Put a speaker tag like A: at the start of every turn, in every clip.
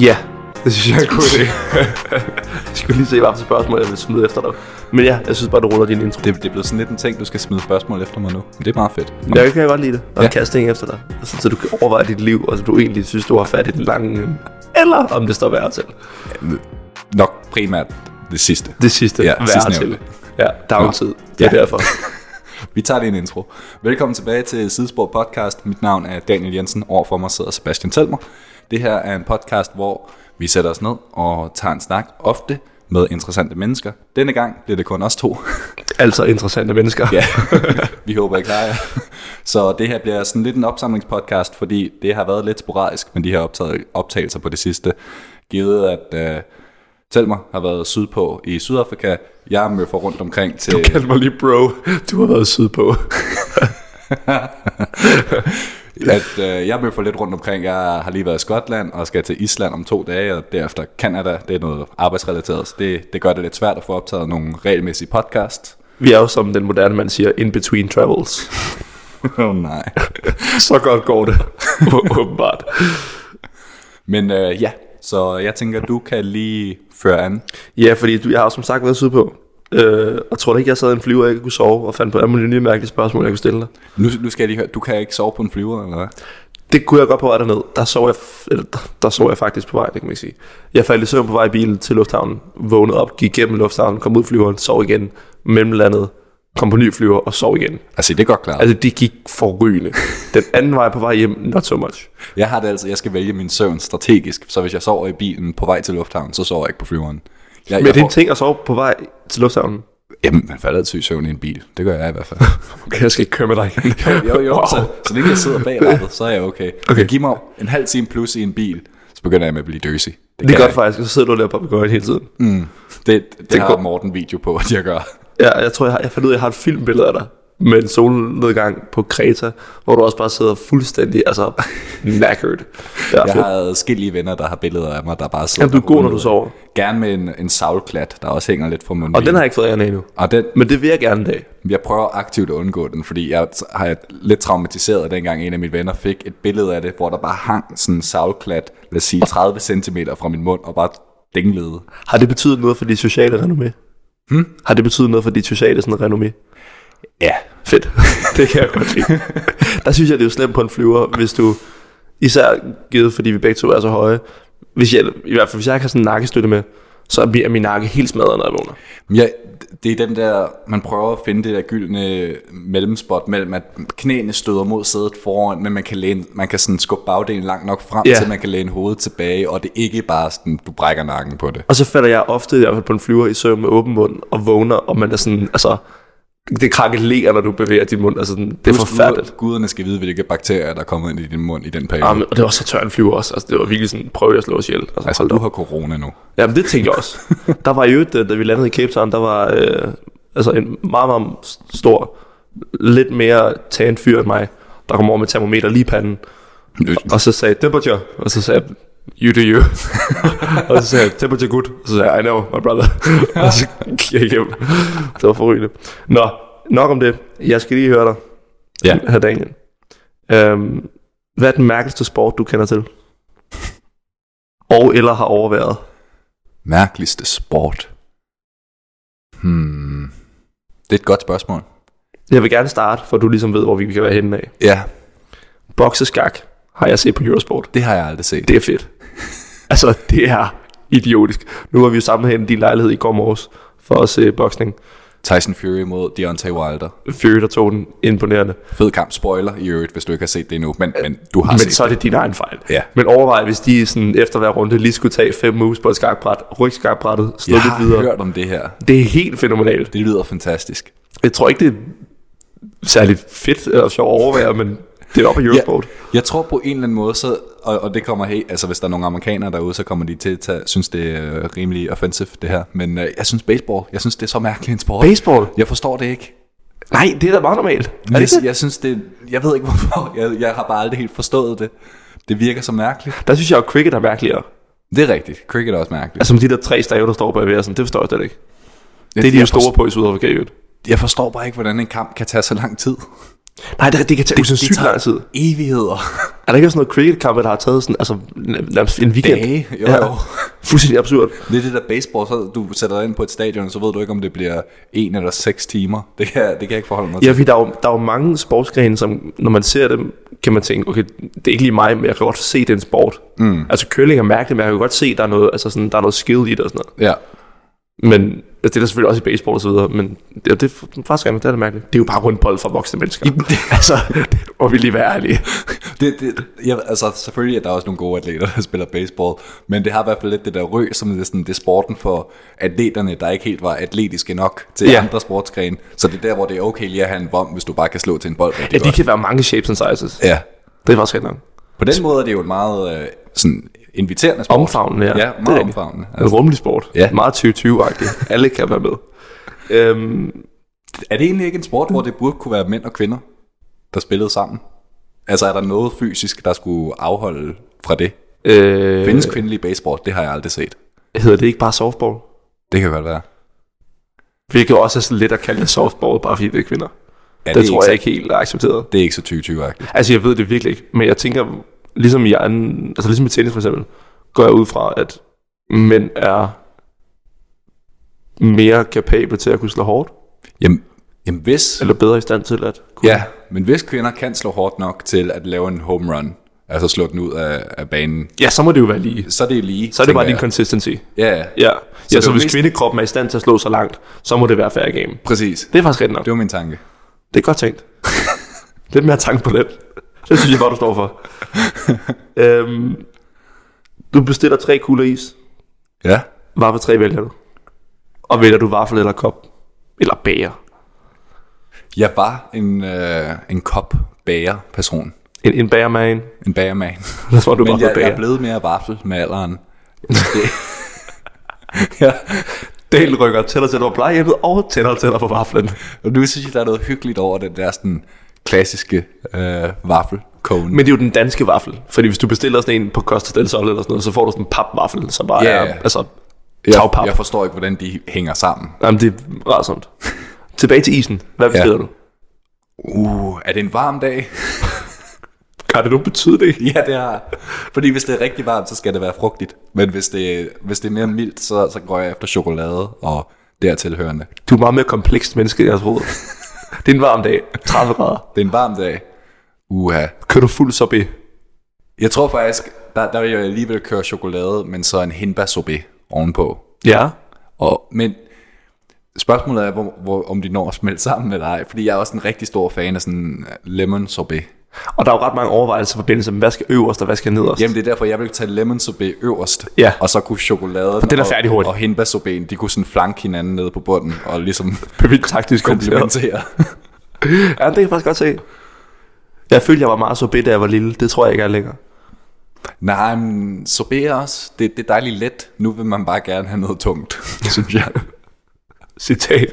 A: Ja, det synes jeg er en god idé. jeg skulle lige se, hvad for spørgsmål jeg vil smide efter dig. Men ja, jeg synes bare, du ruller din intro.
B: Det, det er blevet sådan lidt en ting, du skal smide spørgsmål efter mig nu. Men det er meget fedt. Nå,
A: Jeg kan jeg godt lide det. Og ja.
B: Ja.
A: kaste ting efter dig. Altså, så du kan overveje dit liv, og så du egentlig synes, du har fat i den lange ende. Eller om det står værre til.
B: Nok primært det sidste.
A: Det sidste
B: Ja,
A: værre til.
B: sidstnævnte.
A: Ja, downtid. Det er
B: Ja.
A: derfor.
B: Vi tager det i en intro. Velkommen tilbage til Sidespor Podcast. Mit navn er Daniel Jensen. Overfor mig sidder Sebastian Telmer. Det her er en podcast, hvor vi sætter os ned og tager en snak ofte med interessante mennesker. Denne gang bliver det kun os to.
A: Altså interessante mennesker.
B: Ja, vi håber ikke klarer jer. Så det her bliver sådan lidt en opsamlingspodcast, fordi det har været lidt sporadisk med de her optaget, optagelser på det sidste. Givet at øh, Selmer har været sydpå i Sydafrika, jeg møffer rundt omkring til...
A: Kald mig lige bro. Du har været sydpå.
B: at øh, jeg møffer lidt rundt omkring. Jeg har lige været i Skotland og skal til Island om to dage, og derefter Kanada. Det er noget arbejdsrelateret, så det, det gør det lidt svært at få optaget nogle regelmæssige podcast.
A: Vi er jo, som den moderne mand siger, in between travels.
B: Åh oh, nej.
A: Så godt går det. Å- Åbenbart.
B: Men øh, ja, så jeg tænker, du kan lige føre an.
A: Ja, fordi du, jeg har jo som sagt været sydpå. Øh, og tror du ikke, jeg sad i en flyver, og ikke kunne sove, og fandt på alle mulige nye mærkelige spørgsmål, jeg kunne stille dig?
B: Nu, nu skal jeg lige høre, du kan ikke sove på en flyver, eller hvad?
A: Det kunne jeg godt på vej derned. Der sov jeg, f- eller, der, der sov jeg faktisk på vej, det kan man ikke sige. Jeg faldt i søvn på vej i bilen til lufthavnen, vågnede op, gik gennem lufthavnen, kom ud i flyveren, sov igen, mellemlandet, kom på ny flyver og sov igen.
B: Altså, det er godt klart. Altså,
A: Altså, det gik forrygende. Den anden vej på vej hjem, not so much.
B: jeg har det altså, jeg skal vælge min søvn strategisk, så hvis jeg sover i bilen på vej til lufthavnen, så sover jeg ikke på flyveren. Jeg,
A: Men
B: jeg
A: det er en ting at sove på vej til lufthavnen.
B: Jamen, man falder altid i søvn i en bil. Det gør jeg i hvert fald.
A: Okay, jeg skal ikke køre med dig igen.
B: Jo, jo, wow. så, så længe jeg sidder bag rattet, så er jeg okay.
A: Okay.
B: Men giv mig en halv time plus i en bil, så begynder jeg med at blive døsig.
A: Det er
B: kan
A: godt
B: jeg
A: faktisk, og så sidder du der på begøjen hele tiden.
B: ikke. Mm. Det, det, det
A: er
B: har
A: godt.
B: Morten video på, at jeg gør.
A: Ja, jeg tror, jeg, har, jeg fandt ud af, at jeg har et filmbillede af dig med en solnedgang på Kreta, hvor du også bare sidder fuldstændig, altså, knackered. Ja,
B: Jeg
A: fedt.
B: har adskillige venner, der har billeder af mig, der bare sidder
A: Jamen, du er god, når
B: derude.
A: du sover.
B: Gerne med en, en savlklat, der også hænger lidt fra mundvigen.
A: Og den har jeg ikke fået af endnu.
B: Og den,
A: Men det vil jeg gerne en dag.
B: jeg prøver aktivt at undgå den, fordi jeg t- har jeg lidt traumatiseret, dengang en af mine venner fik et billede af det, hvor der bare hang sådan en savlklat, lad os sige 30 cm fra min mund, og bare dinglede.
A: Har det betydet noget for dit sociale renommé? Hmm? Har det betydet noget for dit sociale sådan, renommé?
B: Ja,
A: Fedt. det kan jeg godt lide. Der synes jeg, det er jo slemt på en flyver, hvis du, især givet fordi vi begge to er så høje, hvis jeg, i hvert fald hvis jeg ikke har sådan en nakkestøtte med, så bliver min nakke helt smadret, når jeg vågner.
B: Ja, det er den der, man prøver at finde det der gyldne mellemspot mellem, at knæene støder mod sædet foran, men man kan, læne, man kan sådan skubbe bagdelen langt nok frem,
A: Ja.
B: yeah. så man kan læne hovedet tilbage, og det er ikke bare sådan, du brækker nakken på det.
A: Og så falder jeg ofte i hvert fald på en flyver i søvn med åben mund og vågner, og man er sådan, altså, det krakkelerer, når du bevæger din mund. Altså, sådan, det er
B: Husk,
A: forfærdeligt.
B: gud- Guderne skal vide, hvilke bakterier, der er kommet ind i din mund i den periode.
A: Jamen, og det var så tør en flyver også. Altså, det var virkelig sådan, prøv at slå os ihjel. Altså,
B: altså, du har corona nu.
A: Jamen, det tænkte jeg også. Der var jo, da vi landede i Cape Town, der var øh, altså en meget, meget stor, lidt mere tan fyr end mig, der kom over med termometer lige i panden. Og så sagde jeg, temperature. Og så sagde jeg, you do you. og så sagde jeg, temperature good. Og så sagde jeg, I know, my brother. og så gik jeg hjem. Det var forrygende. Nå, nok om det. Jeg skal lige høre dig,
B: Ja.
A: herr Daniel. Øhm, hvad er den mærkeligste sport, du kender til? Og eller har overværet?
B: Mærkeligste sport. Hmm. Det er et godt spørgsmål.
A: Jeg vil gerne starte, for du ligesom ved, hvor vi kan være henne af.
B: Ja,
A: Bokseskak har jeg set på Eurosport.
B: det har jeg aldrig set.
A: Det er fedt. Altså, det er idiotisk. Nu var vi jo sammen herinde i din lejlighed i går morges for at se boksning.
B: Tyson Fury mod Deontay Wilder.
A: Fury, der tog den imponerende.
B: Fed kamp. Spoiler i øvrigt, hvis du ikke har set det endnu, men, men du har
A: Men
B: set
A: så er det din egen fejl.
B: Ja.
A: Men overvej, hvis de sådan efter hver runde lige skulle tage fem moves på et skakbræt, rykke skakbrættet, slå
B: Jeg
A: lidt videre.
B: har hørt om det her.
A: Det er helt fænomenalt.
B: Det lyder fantastisk.
A: Jeg tror ikke, det er særlig fedt eller sjovt at overvære, men det er op på Eurosport.
B: Jeg tror på en eller anden måde, så, og, og det kommer helt, altså hvis der er nogle amerikanere derude, så kommer de til at tage, synes det er øh, rimelig offensive det her. Men øh, jeg synes baseball, jeg synes det er så mærkelig en sport.
A: Baseball?
B: Jeg forstår det ikke.
A: Nej, det er da meget normalt. Er det
B: Jeg,
A: ikke det?
B: jeg synes det, jeg ved ikke hvorfor, jeg, jeg har bare aldrig helt forstået det. Det virker så mærkeligt.
A: Der synes jeg jo, cricket er mærkeligere.
B: Det er rigtigt, cricket er også mærkeligt.
A: Altså med de der tre stave, der står på sådan, det forstår jeg slet ikke. Det er de
B: jeg
A: jo store på i Sydafrika i øvrigt.
B: Forstår, jeg forstår bare ikke, hvordan en kamp kan tage så lang tid.
A: Nej, det, det kan tage
B: det
A: usandsynligt
B: tager-
A: lang tid.
B: Evigheder.
A: Er der ikke også noget cricketkamp, der har taget sådan, altså, nærmest en weekend?
B: Dage, jo,
A: Ja,
B: jo.
A: fuldstændig absurd.
B: Det er det der baseball, så du sætter dig ind på et stadion, så ved du ikke, om det bliver en eller seks timer. Det kan, det kan jeg ikke forholde mig til.
A: Ja, fordi der er, jo, der er jo mange sportsgrene, som når man ser dem, kan man tænke, okay, det er ikke lige mig, men jeg kan godt se den sport. Mm. Altså curling er mærkeligt, men jeg kan godt se, der er noget, altså sådan, der er noget skill i det og sådan noget.
B: Ja.
A: Men altså, det er der selvfølgelig også i baseball og så videre, men det, og det er faktisk det er det mærkeligt. Det er jo bare rundbold for voksne mennesker. altså, det må vi lige være ærlige.
B: Det, det, jeg, altså, selvfølgelig er der også nogle gode atleter, der spiller baseball, men det har i hvert fald lidt det der røg, som det, er sådan, det er sporten for atleterne, der ikke helt var atletiske nok til
A: Ja.
B: ja. andre sportsgrene. Så det er der, hvor det er okay lige at have en vom, hvis du bare kan slå til en bold.
A: Ja,
B: rigtig
A: de
B: godt.
A: kan være mange shapes and sizes.
B: ja.
A: Det er faktisk rigtig nok.
B: På den måde er det jo en meget øh, sådan, inviterende sport.
A: Omfavnende, ja.
B: Ja,
A: Det er
B: meget
A: rigtigt.
B: omfavnende. altså.
A: En rummelig sport.
B: Ja.
A: Meget 2020-agtig. Alle kan være med. Øhm,
B: Er det egentlig ikke en sport, hvor det burde kunne være mænd og kvinder, der spillede sammen? Altså er der noget fysisk, der skulle afholde fra det?
A: øh,
B: Findes kvindelig baseball, det har jeg aldrig set.
A: hedder det ikke bare softball?
B: Det kan godt være.
A: Hvilket også er sådan lidt at kalde det softball, bare fordi det er kvinder.
B: Ja,
A: det,
B: er
A: det tror
B: ikke,
A: jeg ikke helt er accepteret.
B: Det er ikke så 2020-agtigt.
A: Altså, jeg ved det virkelig ikke, men jeg tænker, ligesom i, anden, altså, ligesom i tennis for eksempel, går jeg ud fra, at mænd er mere kapable til at kunne slå hårdt,
B: Jamen, jamen hvis,
A: eller bedre i stand til at kunne.
B: ja, men hvis kvinder kan slå hårdt nok til at lave en home run, altså slå den ud af, af banen,
A: ja, så må det jo være lige.
B: så er det lige.
A: Så er det bare din
B: tænker
A: consistency.
B: jeg. Ja, ja,
A: Ja, så, ja,
B: det
A: så
B: er
A: hvis
B: mest-
A: kvindekroppen er i stand til at slå så langt, så må det være fair game.
B: præcis.
A: Det er faktisk rigtigt nok.
B: Det var min tanke.
A: Det er godt tænkt. Lidt mere tanke på det. Det synes jeg godt, du står for. øhm, du bestiller tre kugler is.
B: Ja.
A: Hvad for tre vælger du? Og vælger du vaffel eller kop? Eller bager?
B: Jeg var en, øh, en kop bager person.
A: En, en bagerman?
B: En bagerman.
A: Jeg tror, du
B: Men
A: var
B: jeg,
A: jeg,
B: jeg er
A: bager.
B: blevet mere vaffel med alderen. ja.
A: Del rykker tættere og tættere på plejehjemmet, og tættere og tættere på vaflen.
B: Og nu synes jeg, der er noget hyggeligt over den der sådan, klassiske øh, vaffelkone.
A: Men det er jo den danske vaffel. Fordi hvis du bestiller sådan en på Costa del Sol eller sådan noget, så får du sådan en papvaffel, som bare
B: Ja,
A: yeah.
B: ja.
A: er altså,
B: jeg,
A: tagpap.
B: jeg forstår ikke, hvordan de hænger sammen.
A: Jamen, det er rarsomt. Tilbage til isen. Hvad bestiller du?
B: Uh, er det en varm dag?
A: Kan det nogen betydning?
B: ja, det har Fordi hvis det er rigtig varmt, så skal det være frugtigt. Men hvis det, hvis det er mere mildt, så, så går jeg efter chokolade og dertilhørende.
A: Du er meget mere komplekst menneske, end jeg troede. det er en varm dag. 30 grader.
B: Det er en varm dag. Uha.
A: Kører du fuld sorbet?
B: Jeg tror faktisk, der, der vil jeg alligevel køre chokolade, men så en hindbærsorbet ovenpå.
A: Ja.
B: Og, men spørgsmålet er, hvor, hvor, om de når at smelte sammen eller ej. Fordi jeg er også en rigtig stor fan af sådan øh, lemon sorbet.
A: Og der er jo ret mange overvejelser i forbindelse med, hvad skal øverst og hvad skal nederst.
B: Jamen det er derfor, jeg vil tage lemon sorbet øverst.
A: Ja.
B: Og så kunne chokoladen
A: den er
B: og-
A: færdig hurtigt.
B: og hindbærsorbeten, de kunne sådan flanke hinanden nede på bunden og ligesom
A: Vildt taktisk komplementeret.
B: komplementere.
A: Ja, det kan jeg faktisk godt se. Jeg følte, jeg var meget sorbet, da jeg var lille. Det tror jeg ikke er længere.
B: Nej, men sorbet er også, det, det er dejligt let. Nu vil man bare gerne have noget tungt, synes jeg.
A: Citat.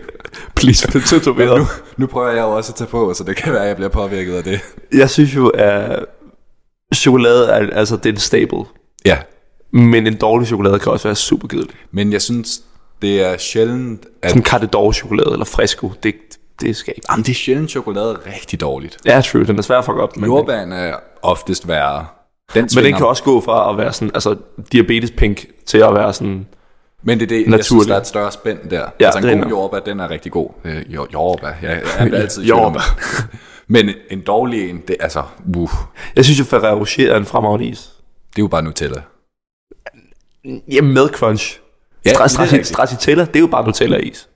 A: Please, det tatoveret.
B: Nu, nu prøver jeg jo også at tage på, så det kan være, at jeg bliver påvirket af det.
A: Jeg synes jo, at chokolade er, altså, det er en staple.
B: Ja,
A: Men en dårlig chokolade kan også være super kedelig.
B: men jeg synes, det er sjældent, at
A: Sådan Carte d'Or chokolade eller fresco, det, det skal ikke. Ah,
B: Jamen, det er sjældent chokolade er rigtig dårligt.
A: Ja, true, den er svær at fuck op. Men,
B: Jordbærne er oftest værre. Den
A: men
B: svinger-
A: den kan også gå fra at være sådan, altså diabetes pink til at være sådan,
B: men det er det, jeg synes,
A: Naturligt.
B: der er et større spænd der. Ja, altså en
A: det er
B: god
A: nok.
B: jordbær, den er rigtig god. Øh, jo, jordbær, ja, jeg er altid i tvivl om-
A: Jordbær.
B: Men en dårlig en, det er altså, uh,
A: jeg synes jo Ferrero Rocher er en fremragende is.
B: det er jo bare Nutella.
A: Ja, med crunch.
B: Ja,
A: Ja,
B: det er
A: Stras, det
B: rigtigt.
A: Stracciatella, det er jo bare Nutella-is.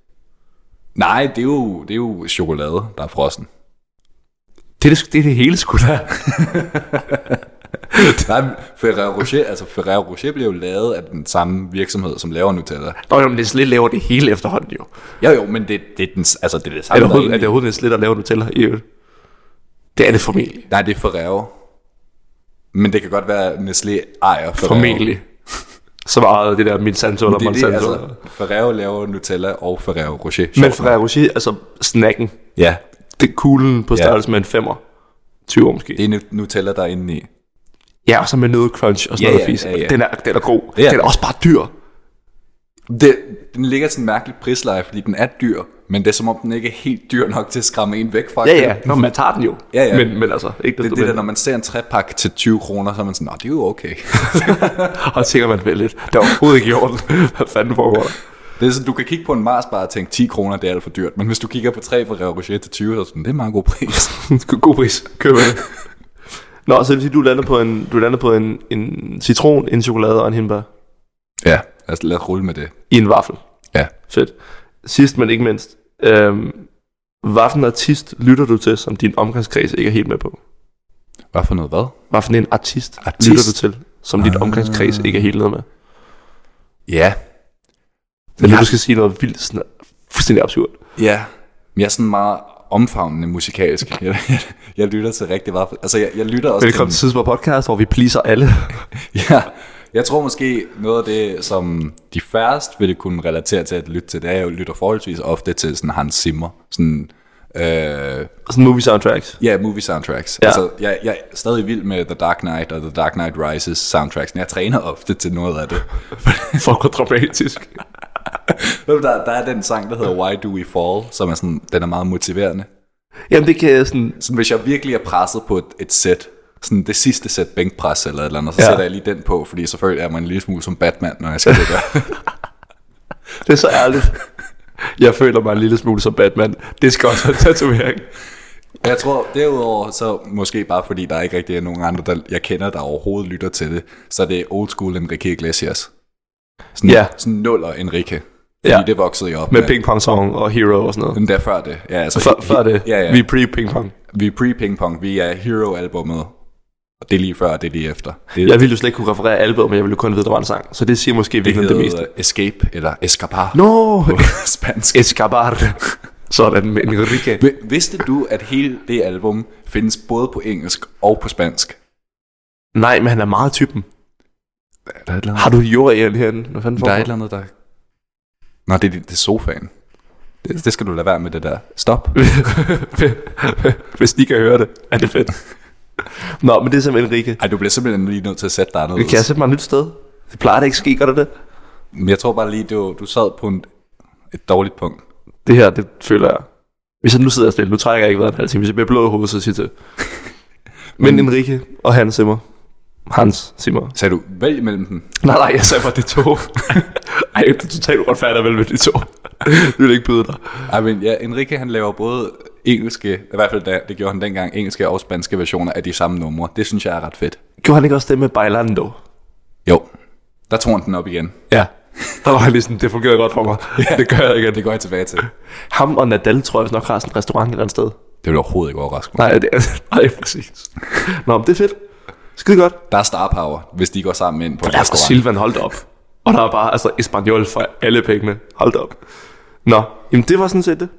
B: Nej, det er jo, det er jo chokolade, der er frossen.
A: Det er det, det, er det hele sgu da.
B: Nej, men Ferrero Rocher, altså Ferrero Rocher bliver jo lavet af den samme virksomhed, som laver Nutella.
A: Nå, jo, men Nestlé laver det hele efterhånden jo.
B: Jo, jo, men det, det, er, den, altså, det er det
A: Er
B: samme.
A: det
B: der
A: overhovedet, er
B: egentlig-
A: det overhovedet Nestlé, der laver Nutella i øvrigt? Det er det formentlig.
B: Nej, det er Ferrero. Men det kan godt være, at Nestlé ejer Ferrero.
A: Formentlig. Så var det der Monsanto eller
B: Det er det,
A: Monsanto.
B: altså, Ferrero laver Nutella og Ferrero Rocher.
A: Men
B: Sjovt nok.
A: Ferrero Rocher, altså snacken,
B: Ja,
A: det er kuglen på størrelse med en femmer. 20 år måske.
B: det er nu- Nutella, der er inde i.
A: Ja, og så med noget crunch og sådan
B: Ja,
A: noget
B: ja,
A: fis.
B: ja, ja.
A: Den, er, den er god.
B: Det er
A: den er
B: den.
A: også bare dyr.
B: Det, den ligger i sådan en mærkelig prisleje, fordi den er dyr, Men det er som om, den ikke er helt dyr nok til at skræmme en væk fra
A: Ja,
B: at
A: ja.
B: købe den.
A: Nå, man tager den jo.
B: Ja, ja.
A: Men, men altså, ikke desto
B: Det er det der,
A: mindre.
B: når man ser en træpak til 20 kroner, så er man sådan, Nå, det er jo okay.
A: Og så tænker man vel lidt, det er overhovedet ikke i orden. Hvad fanden foregår der?
B: det er sådan, du kan kigge på en Mars bare og tænke, 10 kroner, det er alt for dyrt. Men hvis du kigger på tre fra Reo Rocher til 20, så er du sådan, det er en meget god pris.
A: God- God pris. Køb det. Nå, så det vil sige, du lander på en, du lander på en, en citron, en chokolade og en hindbær
B: ja, lad os, lad os rulle med det.
A: i en vaffel.
B: Ja.
A: Fedt. Sidst, men ikke mindst. Øhm, hvad for en artist lytter du til, som din omgangskreds ikke er helt med på?
B: Hvad for noget hvad?
A: Hvad for en artist,
B: Artist?
A: lytter du til, som din
B: Ah.
A: omgangskreds ikke er helt med?
B: Ja,
A: Men ja.
B: Ja.
A: du skal sige noget vildt, sådan, fuldstændig absurd.
B: Ja, men jeg er sådan meget omfavnende musikalsk. Jeg, jeg, jeg lytter til rigtig meget. Altså, jeg, jeg lytter også
A: Velkommen til Tidsborg Podcast, hvor vi pleaser alle.
B: til... Ja, jeg tror måske noget af det, som de færreste ville kunne relatere til at lytte til, det er, at jeg lytter forholdsvis ofte til sådan Hans Zimmer. Sådan, øh,
A: Sådan movie soundtracks.
B: ja, movie soundtracks.
A: Ja.
B: Ja. Altså, jeg, jeg er stadig vild med The Dark Knight og The Dark Knight Rises soundtracks, men jeg træner ofte til noget af det.
A: Fuck, hvor dramatisk.
B: Ved du, der, der er den sang, der hedder Why Do We Fall, som er sådan, den er meget motiverende.
A: Jamen, det kan jeg sådan...
B: Sådan, hvis jeg virkelig er presset på et, et sæt, sådan det sidste sæt bænkpres eller et eller andet, så
A: Ja.
B: ja. sætter jeg lige den på, fordi selvfølgelig er man en lille smule som Batman, når jeg skal det der.
A: Det er så ærligt. Jeg føler mig en lille smule som Batman. Det skal også være en tatovering.
B: jeg tror derudover, så måske bare fordi der ikke rigtig er nogen andre, der jeg kender, der overhovedet lytter til det, så er det old school Enrique Iglesias. Sådan,
A: Ja.
B: sådan nuller Enrique. Fordi
A: Ja.
B: ja. det voksede jeg op med.
A: Med ping pong song og hero og sådan noget.
B: Den der før det. Ja, altså,
A: Før, før det.
B: Ja, ja.
A: Vi
B: Vi,
A: er pre-ping pong.
B: vi er pre-ping pong. Vi er hero-albummet. Og det er lige før, og det er lige efter. Det,
A: Jeg ville jo slet ikke kunne referere albumet, men jeg ville kun vide, der var en sang. Så det siger måske
B: det,
A: virkelig det, det meste.
B: hedder Escape, eller Escapar
A: Nå,
B: på spansk.
A: Escabar. Sådan med Enrique.
B: Vi- Vidste du, at hele det album findes både på engelsk og på spansk?
A: Nej, men han er meget typen.
B: Er der et eller
A: Har du jordæren herinde? Hvad fanden
B: der er et
A: foregår?
B: eller andet, der... Nå, det er, det er sofaen. Det, det skal du lade være med det der. Stop.
A: Hvis de kan høre det, er det fedt. Nå, men det er simpelthen Enrique.
B: Ej, du bliver simpelthen lige nødt til at sætte dig
A: Vi
B: anderledes.
A: kan jeg sætte mig et nyt sted. Det plejer det ikke ske, gør det det?
B: Men jeg tror bare lige, du, du sad på en, et dårligt punkt.
A: Det her, det føler jeg. Hvis jeg nu sidder jeg stille, nu trækker jeg ikke vejret en halv time. Hvis jeg bliver blå i hovedet, så siger jeg til. Men Enrique og Hans Zimmer. Hans Zimmer.
B: Sagde du, vælg mellem dem.
A: Nej, nej, jeg sagde bare de to. Ej, det er totalt uretfærdigt at vælge med de to. Det vil ikke byde dig.
B: Ej, men ja, Enrique han laver både engelske, i hvert fald da, det gjorde han dengang, engelske og spanske versioner af de samme numre. Det synes jeg er ret fedt.
A: Gjorde han ikke også det med Bailando?
B: Jo, der tog han den op igen.
A: Ja. Der var han lige sådan, det fungerede godt for mig. Ja. Det gør jeg igen.
B: Det går jeg tilbage til.
A: Ham og Nadal tror jeg nok har sådan en restaurant et eller andet sted.
B: Det vil overhovedet ikke overraske mig.
A: Nej, det er, nej, præcis. Nå, men det er fedt. Skide godt.
B: Der er star power, hvis de går sammen ind på en
A: Der er fra
B: restaurant.
A: Silvan, hold da op. Og der er bare altså Espanol for alle pengene. Hold da op. Nå, jamen det var sådan set det.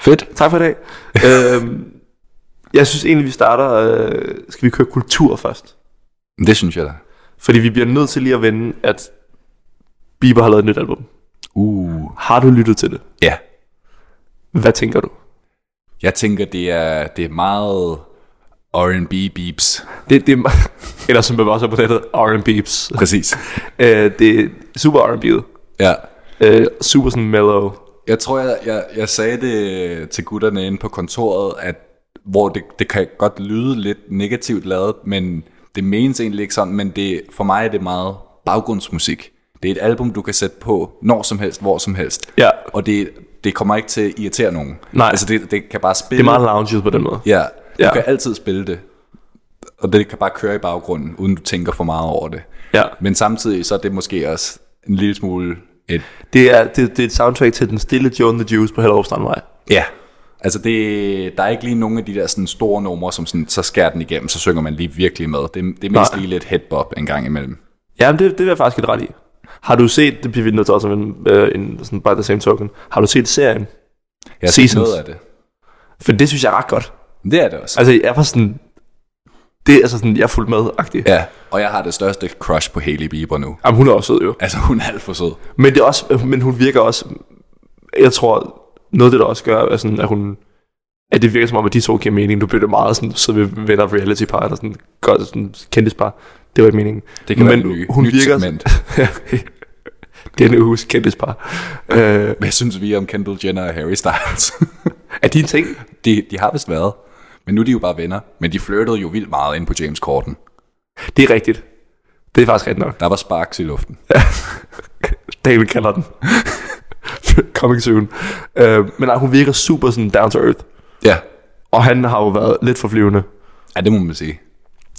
B: Fedt.
A: Tak for i dag. øhm, jeg synes egentlig, vi starter... Øh, skal vi køre kultur først?
B: Det synes jeg da.
A: Fordi vi bliver nødt til lige at vende, at Bieber har lavet et nyt album.
B: Uh.
A: Har du lyttet til det?
B: Ja.
A: Hvad tænker du?
B: Jeg tænker, det er, det er meget R&B beeps.
A: Det, det er, me- eller som man også på nettet, R&B's.
B: Præcis.
A: Øh, det er super R&B'et.
B: ja.
A: Øh, super sådan mellow.
B: Jeg tror, jeg, jeg, jeg sagde det til gutterne inde på kontoret, at hvor det, det kan godt lyde lidt negativt lavet, men det menes egentlig ikke sådan, men det, for mig er det meget baggrundsmusik. Det er et album, du kan sætte på når som helst, hvor som helst.
A: Ja.
B: Og det, det kommer ikke til at irritere nogen.
A: Nej.
B: Altså det, det kan bare spille.
A: Det er meget lounge på den måde.
B: Ja, du
A: Ja.
B: ja. kan altid spille det. Og det kan bare køre i baggrunden, uden du tænker for meget over det.
A: Ja.
B: Men samtidig så er det måske også en lille smule et...
A: Det er, det, det er et soundtrack til den stille Joan the Juice på Hellerup Strandvej.
B: Ja. Altså det, der er ikke lige nogen af de der sådan store numre, som sådan, så skærer den igennem, så synger man lige virkelig med. Det, det er mest
A: Nej.
B: lige lidt headbop en gang imellem.
A: Jamen, det, det vil jeg faktisk ikke ret i. Har du set, det bliver vi nødt til også at vende, øh, en, sådan by the same token, har du set serien?
B: Jeg har set
A: Seasons.
B: noget af det.
A: For det synes jeg er ret godt.
B: Det er det også.
A: Altså, jeg var sådan, det er altså sådan, jeg er fuldt med-agtig. Ja.
B: Ja, og jeg har det største crush på Hailey Bieber nu.
A: Jamen, hun er også sød jo.
B: Altså hun er alt for sød.
A: Men, det er også, men hun virker også, jeg tror, noget af det, der også gør, er sådan, at hun, at det virker som om, at de to giver mening. Du bliver det meget sådan, så vi venner af reality par, eller sådan, godt, sådan kendispar. Det var ikke meningen.
B: Det kan
A: men
B: være en ny,
A: hun
B: nyt
A: virker,
B: segment.
A: Ja. Denne uges kendtispar. Øh,
B: Hvad synes vi om Kendall Jenner og Harry Styles?
A: er de en ting?
B: de, de har vist været. Men nu er de jo bare venner. Men de flirtede jo vildt meget ind på James Corden.
A: Det er rigtigt. Det er faktisk rigtigt nok.
B: Der var sparks i luften.
A: David kalder den. Coming soon. Øh, men nej, hun virker super sådan down to earth.
B: Ja.
A: Og han har jo været lidt for flyvende.
B: Ja, det må man sige.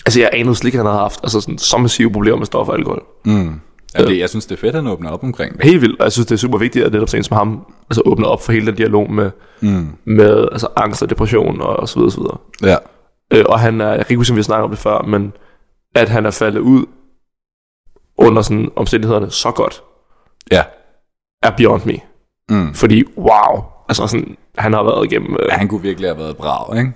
A: Altså, jeg anede slet ikke, han havde haft altså, sådan, så massive problemer med stof og alkohol.
B: Mm. Ja. Det, jeg synes, det er fedt, at han åbner op omkring det.
A: Helt vildt, og jeg synes, det er super vigtigt, at netop sådan en som ham altså, åbner op for hele den dialog med, mm. med altså, angst og depression og, og så videre, så videre.
B: Ja.
A: Øh, og han er, jeg kan ikke huske, om vi snakker om det før, men at han er faldet ud under sådan omstændighederne så godt,
B: Ja.
A: er beyond me.
B: Mm.
A: Fordi, wow, altså sådan, han har været igennem, øh,
B: ja. Han kunne virkelig have været brav, ikke?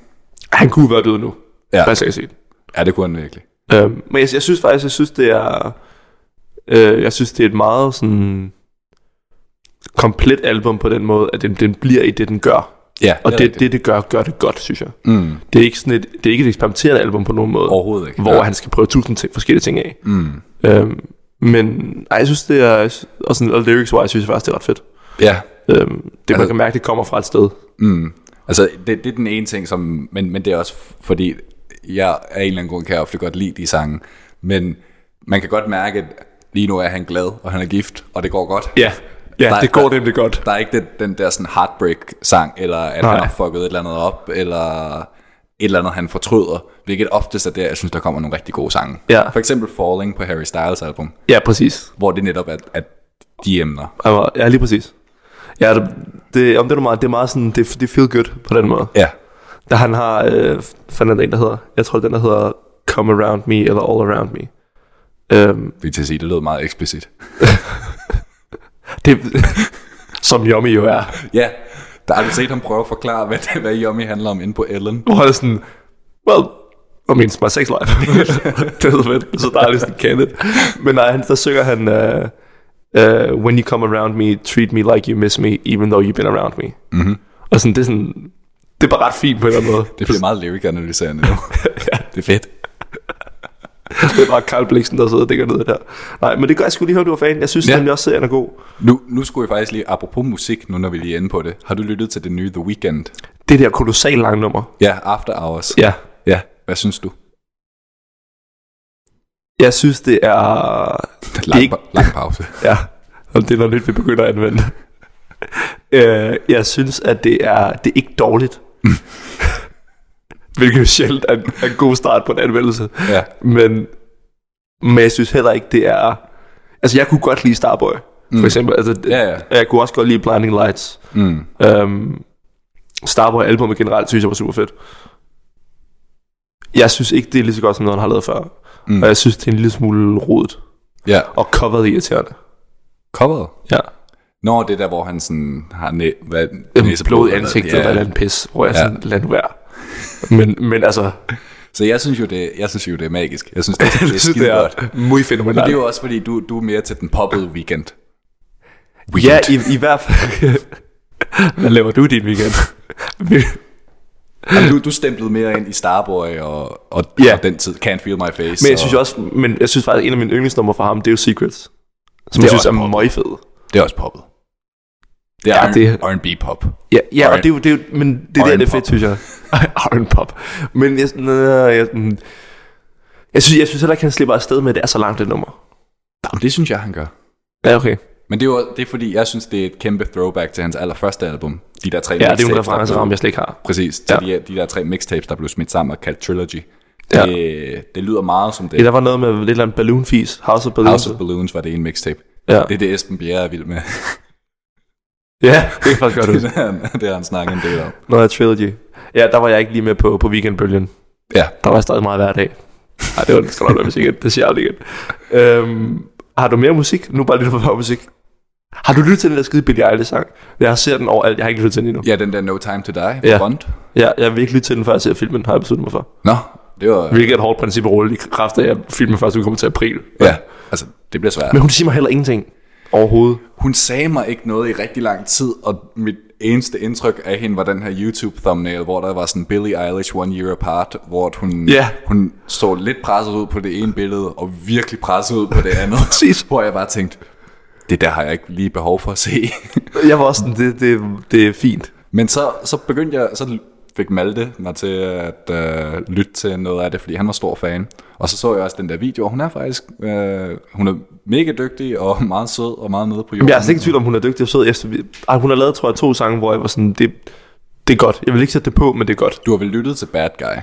A: han kunne være død nu,
B: Ja.
A: hvad skal jeg sige.
B: Ja, det kunne han virkelig.
A: Øh, men jeg, jeg synes faktisk, jeg synes, det er, øh, jeg synes, det er et meget sådan komplet album på den måde, at den, den bliver i det, den gør.
B: Ja,
A: Og
B: er
A: det,
B: rigtigt.
A: det, det gør, gør det godt, synes jeg.
B: Mm.
A: Det er ikke, sådan et, det er ikke et eksperimenterende album på nogen måde,
B: Overhovedet ikke.
A: hvor
B: ja.
A: han skal prøve tusind ting, forskellige ting af.
B: Mm.
A: Øhm, men ej, jeg synes, det er... Og, sådan, og lyrics-wise, synes jeg faktisk, det er ret fedt.
B: Ja.
A: Øhm, det,
B: Altså-
A: man kan mærke, det kommer fra et sted.
B: Mm. Altså, det, det er den ene ting, som, men, men det er også f- fordi, jeg af en eller anden grund kan jeg ofte godt lide de sange, men man kan godt mærke, at lige nu er han glad, og han er gift, og det går godt.
A: Ja, ja
B: Der-
A: det går
B: der-
A: nemlig godt.
B: Der er ikke den, den der sådan heartbreak-sang, eller at Nej.
A: Nej.
B: han har fucket et eller andet op, eller et eller andet, han fortryder, hvilket oftest er der, jeg synes, der kommer nogle rigtig gode sange.
A: Ja.
B: For eksempel Falling på Harry Styles album,
A: Ja, præcis.
B: hvor det netop er, at de emner.
A: Altså, Ja, lige præcis. Ja, det, det, om det, er meget, det er meget sådan, det, det feel good på den måde.
B: Ja.
A: Da han har, øh, fandt han en, der hedder, jeg tror, den der hedder Come Around Me, eller All Around Me. Øhm,
B: Vi til at sige, det lød meget eksplicit.
A: det, som Yummy jo er.
B: Ja, der har du set ham prøve at forklare, hvad, det, hvad Yummy handler om inde på Ellen.
A: Hvor han er sådan, well, I mean, it's my sex life. det er så fedt, så dejligt sådan kan det. Men nej, han, der synger han, uh, uh, when you come around me, treat me like you miss me, even though you've been around me. Mm-hmm. Og sådan, det er sådan, det er bare ret fint på en eller anden måde.
B: Det bliver meget lyric-analyserende nu. ja. Det er fedt.
A: det er bare Carl Bliksen, der sidder og dækker ned der. Nej, men det gør jeg sgu lige høre, du var fan. Jeg synes
B: Ja.
A: ja. nemlig også, at han er god.
B: Nu, nu skulle jeg faktisk lige, apropos musik, nu når vi lige er inde på det. Har du lyttet til det nye The Weeknd?
A: Det der kolossalt lange nummer.
B: Ja, After Hours.
A: Ja.
B: ja. Hvad synes du?
A: Jeg synes, det er...
B: Lang,
A: ikke-
B: pa- lang pause.
A: Ja, og det er noget nyt, vi begynder at anvende. øh, jeg synes, at det er, det er ikke dårligt. Hvilket jo sjældent er en, er en god start på en anmeldelse.
B: ja.
A: Men, men jeg synes heller ikke, det er... Altså, jeg kunne godt lide Starboy, for eksempel. Altså,
B: Ja, ja.
A: og Jeg kunne også godt lide Blinding Lights.
B: Mm.
A: Øhm, Starboy-albumet generelt synes jeg var super fedt. Jeg synes ikke, det er lige så godt, som noget, han har lavet før. Mm. Og jeg synes, det er en lille smule rodet.
B: Ja.
A: Og coveret er irriterende.
B: Coveret?
A: Ja.
B: Nå, det der, hvor han sådan har næ, hvad,
A: Jamen,
B: næseblod
A: Øhm, blod i
B: eller-
A: ansigtet
B: Ja.
A: ja. eller en pis, hvor jeg
B: Ja.
A: ja. sådan, lad nu være. Men, men altså,
B: Så jeg synes jo, det, jeg synes jo, det er magisk. Jeg synes, det, det er
A: jeg synes,
B: skide
A: det
B: godt.
A: er muy
B: Men det
A: fænomenalt.
B: er jo også, fordi du, du er mere til den poppede weekend.
A: Ja, i, i hvert fald. Hvad laver du i din weekend?
B: Jamen, du, du stemplede mere ind i Starboy og, og,
A: Ja.
B: og den tid. Can't Feel My Face.
A: men jeg
B: og-
A: synes jo også, men jeg synes faktisk, at en af mine yndlingsnumre fra ham, det er jo Secrets. Som
B: Det er
A: jeg synes
B: også
A: er
B: poppet.
A: meget fed.
B: Det er også poppet. Det er
A: Ja, det-
B: ja, R&B-pop.
A: Ja, ja
B: Og
A: og det er jo, det er jo, men det er
B: og
A: der,
B: en
A: det er fedt,
B: pop.
A: synes jeg. Og en pop. Men jeg, nej, jeg, mm. jeg, synes, jeg synes heller ikke, han slipper afsted med, at det er så langt det nummer.
B: Jamen, det synes jeg, han gør.
A: Ja, okay.
B: Men det er, jo, det er fordi, jeg synes, det er et kæmpe throwback til hans allerførste album. De der tre
A: Ja, det er jo en
B: mixtapes, der
A: referenceramme,
B: blev-
A: jeg slet ikke har.
B: Præcis, til
A: Ja.
B: ja. de, de der tre mixtapes, der blev smidt sammen og kaldt Trilogy.
A: Ja.
B: Det, ja. det lyder meget som
A: Ja,
B: det.
A: der var noget med lidt eller andet balloonfis, House of Balloons.
B: House of Balloons var det ene mixtape.
A: Ja.
B: Det er det, Esben Bjerre er vild med.
A: Ja, det kan faktisk godt
B: det,
A: huske.
B: har han- det har han snakket en del om.
A: Noget af Trilogy. Ja, der var jeg ikke lige med på, på weekendbølgen.
B: Ja.
A: Der var jeg stadig meget hver dag. Nej, det var det skal nok være musik igen. Det siger jeg aldrig igen. Øhm, har du mere musik? Nu bare lidt for musik. Har du lyttet til den der skide Billie Eilish-sang? Jeg ser den overalt. Jeg har ikke lyttet til den endnu.
B: Ja, den der No Time To Die fra
A: Ja.
B: Bond.
A: Ja, jeg vil ikke lytte til den, før jeg ser filmen, har jeg besluttet mig for.
B: Nå, det var...
A: Hvilket er et hårdt princip at rulle i kraft af, at filmen først udkommer til april.
B: Ja, altså, det bliver svært.
A: Men hun siger mig heller ingenting overhovedet.
B: Hun sagde mig ikke noget i rigtig lang tid, og mit eneste indtryk af hende var den her YouTube-thumbnail, hvor der var sådan Billie Eilish One Year Apart, hvor at hun,
A: Ja.
B: hun så lidt presset ud på det ene billede, og virkelig presset ud på det andet.
A: Præcis.
B: hvor jeg bare tænkte, det der har jeg ikke lige behov for at se.
A: Jeg var også sådan, det, det, det er fint.
B: Men så, så begyndte jeg, så fik Malte mig til at øh, lytte til noget af det, fordi han var stor fan. Og så så jeg også den der video, og hun er faktisk, øh, hun er mega dygtig og meget sød og meget nede på jorden.
A: Jeg er altså ikke i tvivl om, hun er dygtig og sød. Efter, ej, hun har lavet, tror jeg, to sange, hvor jeg var sådan, det, det er godt. Jeg vil ikke sætte det på, men det er godt.
B: Du har vel lyttet til Bad Guy?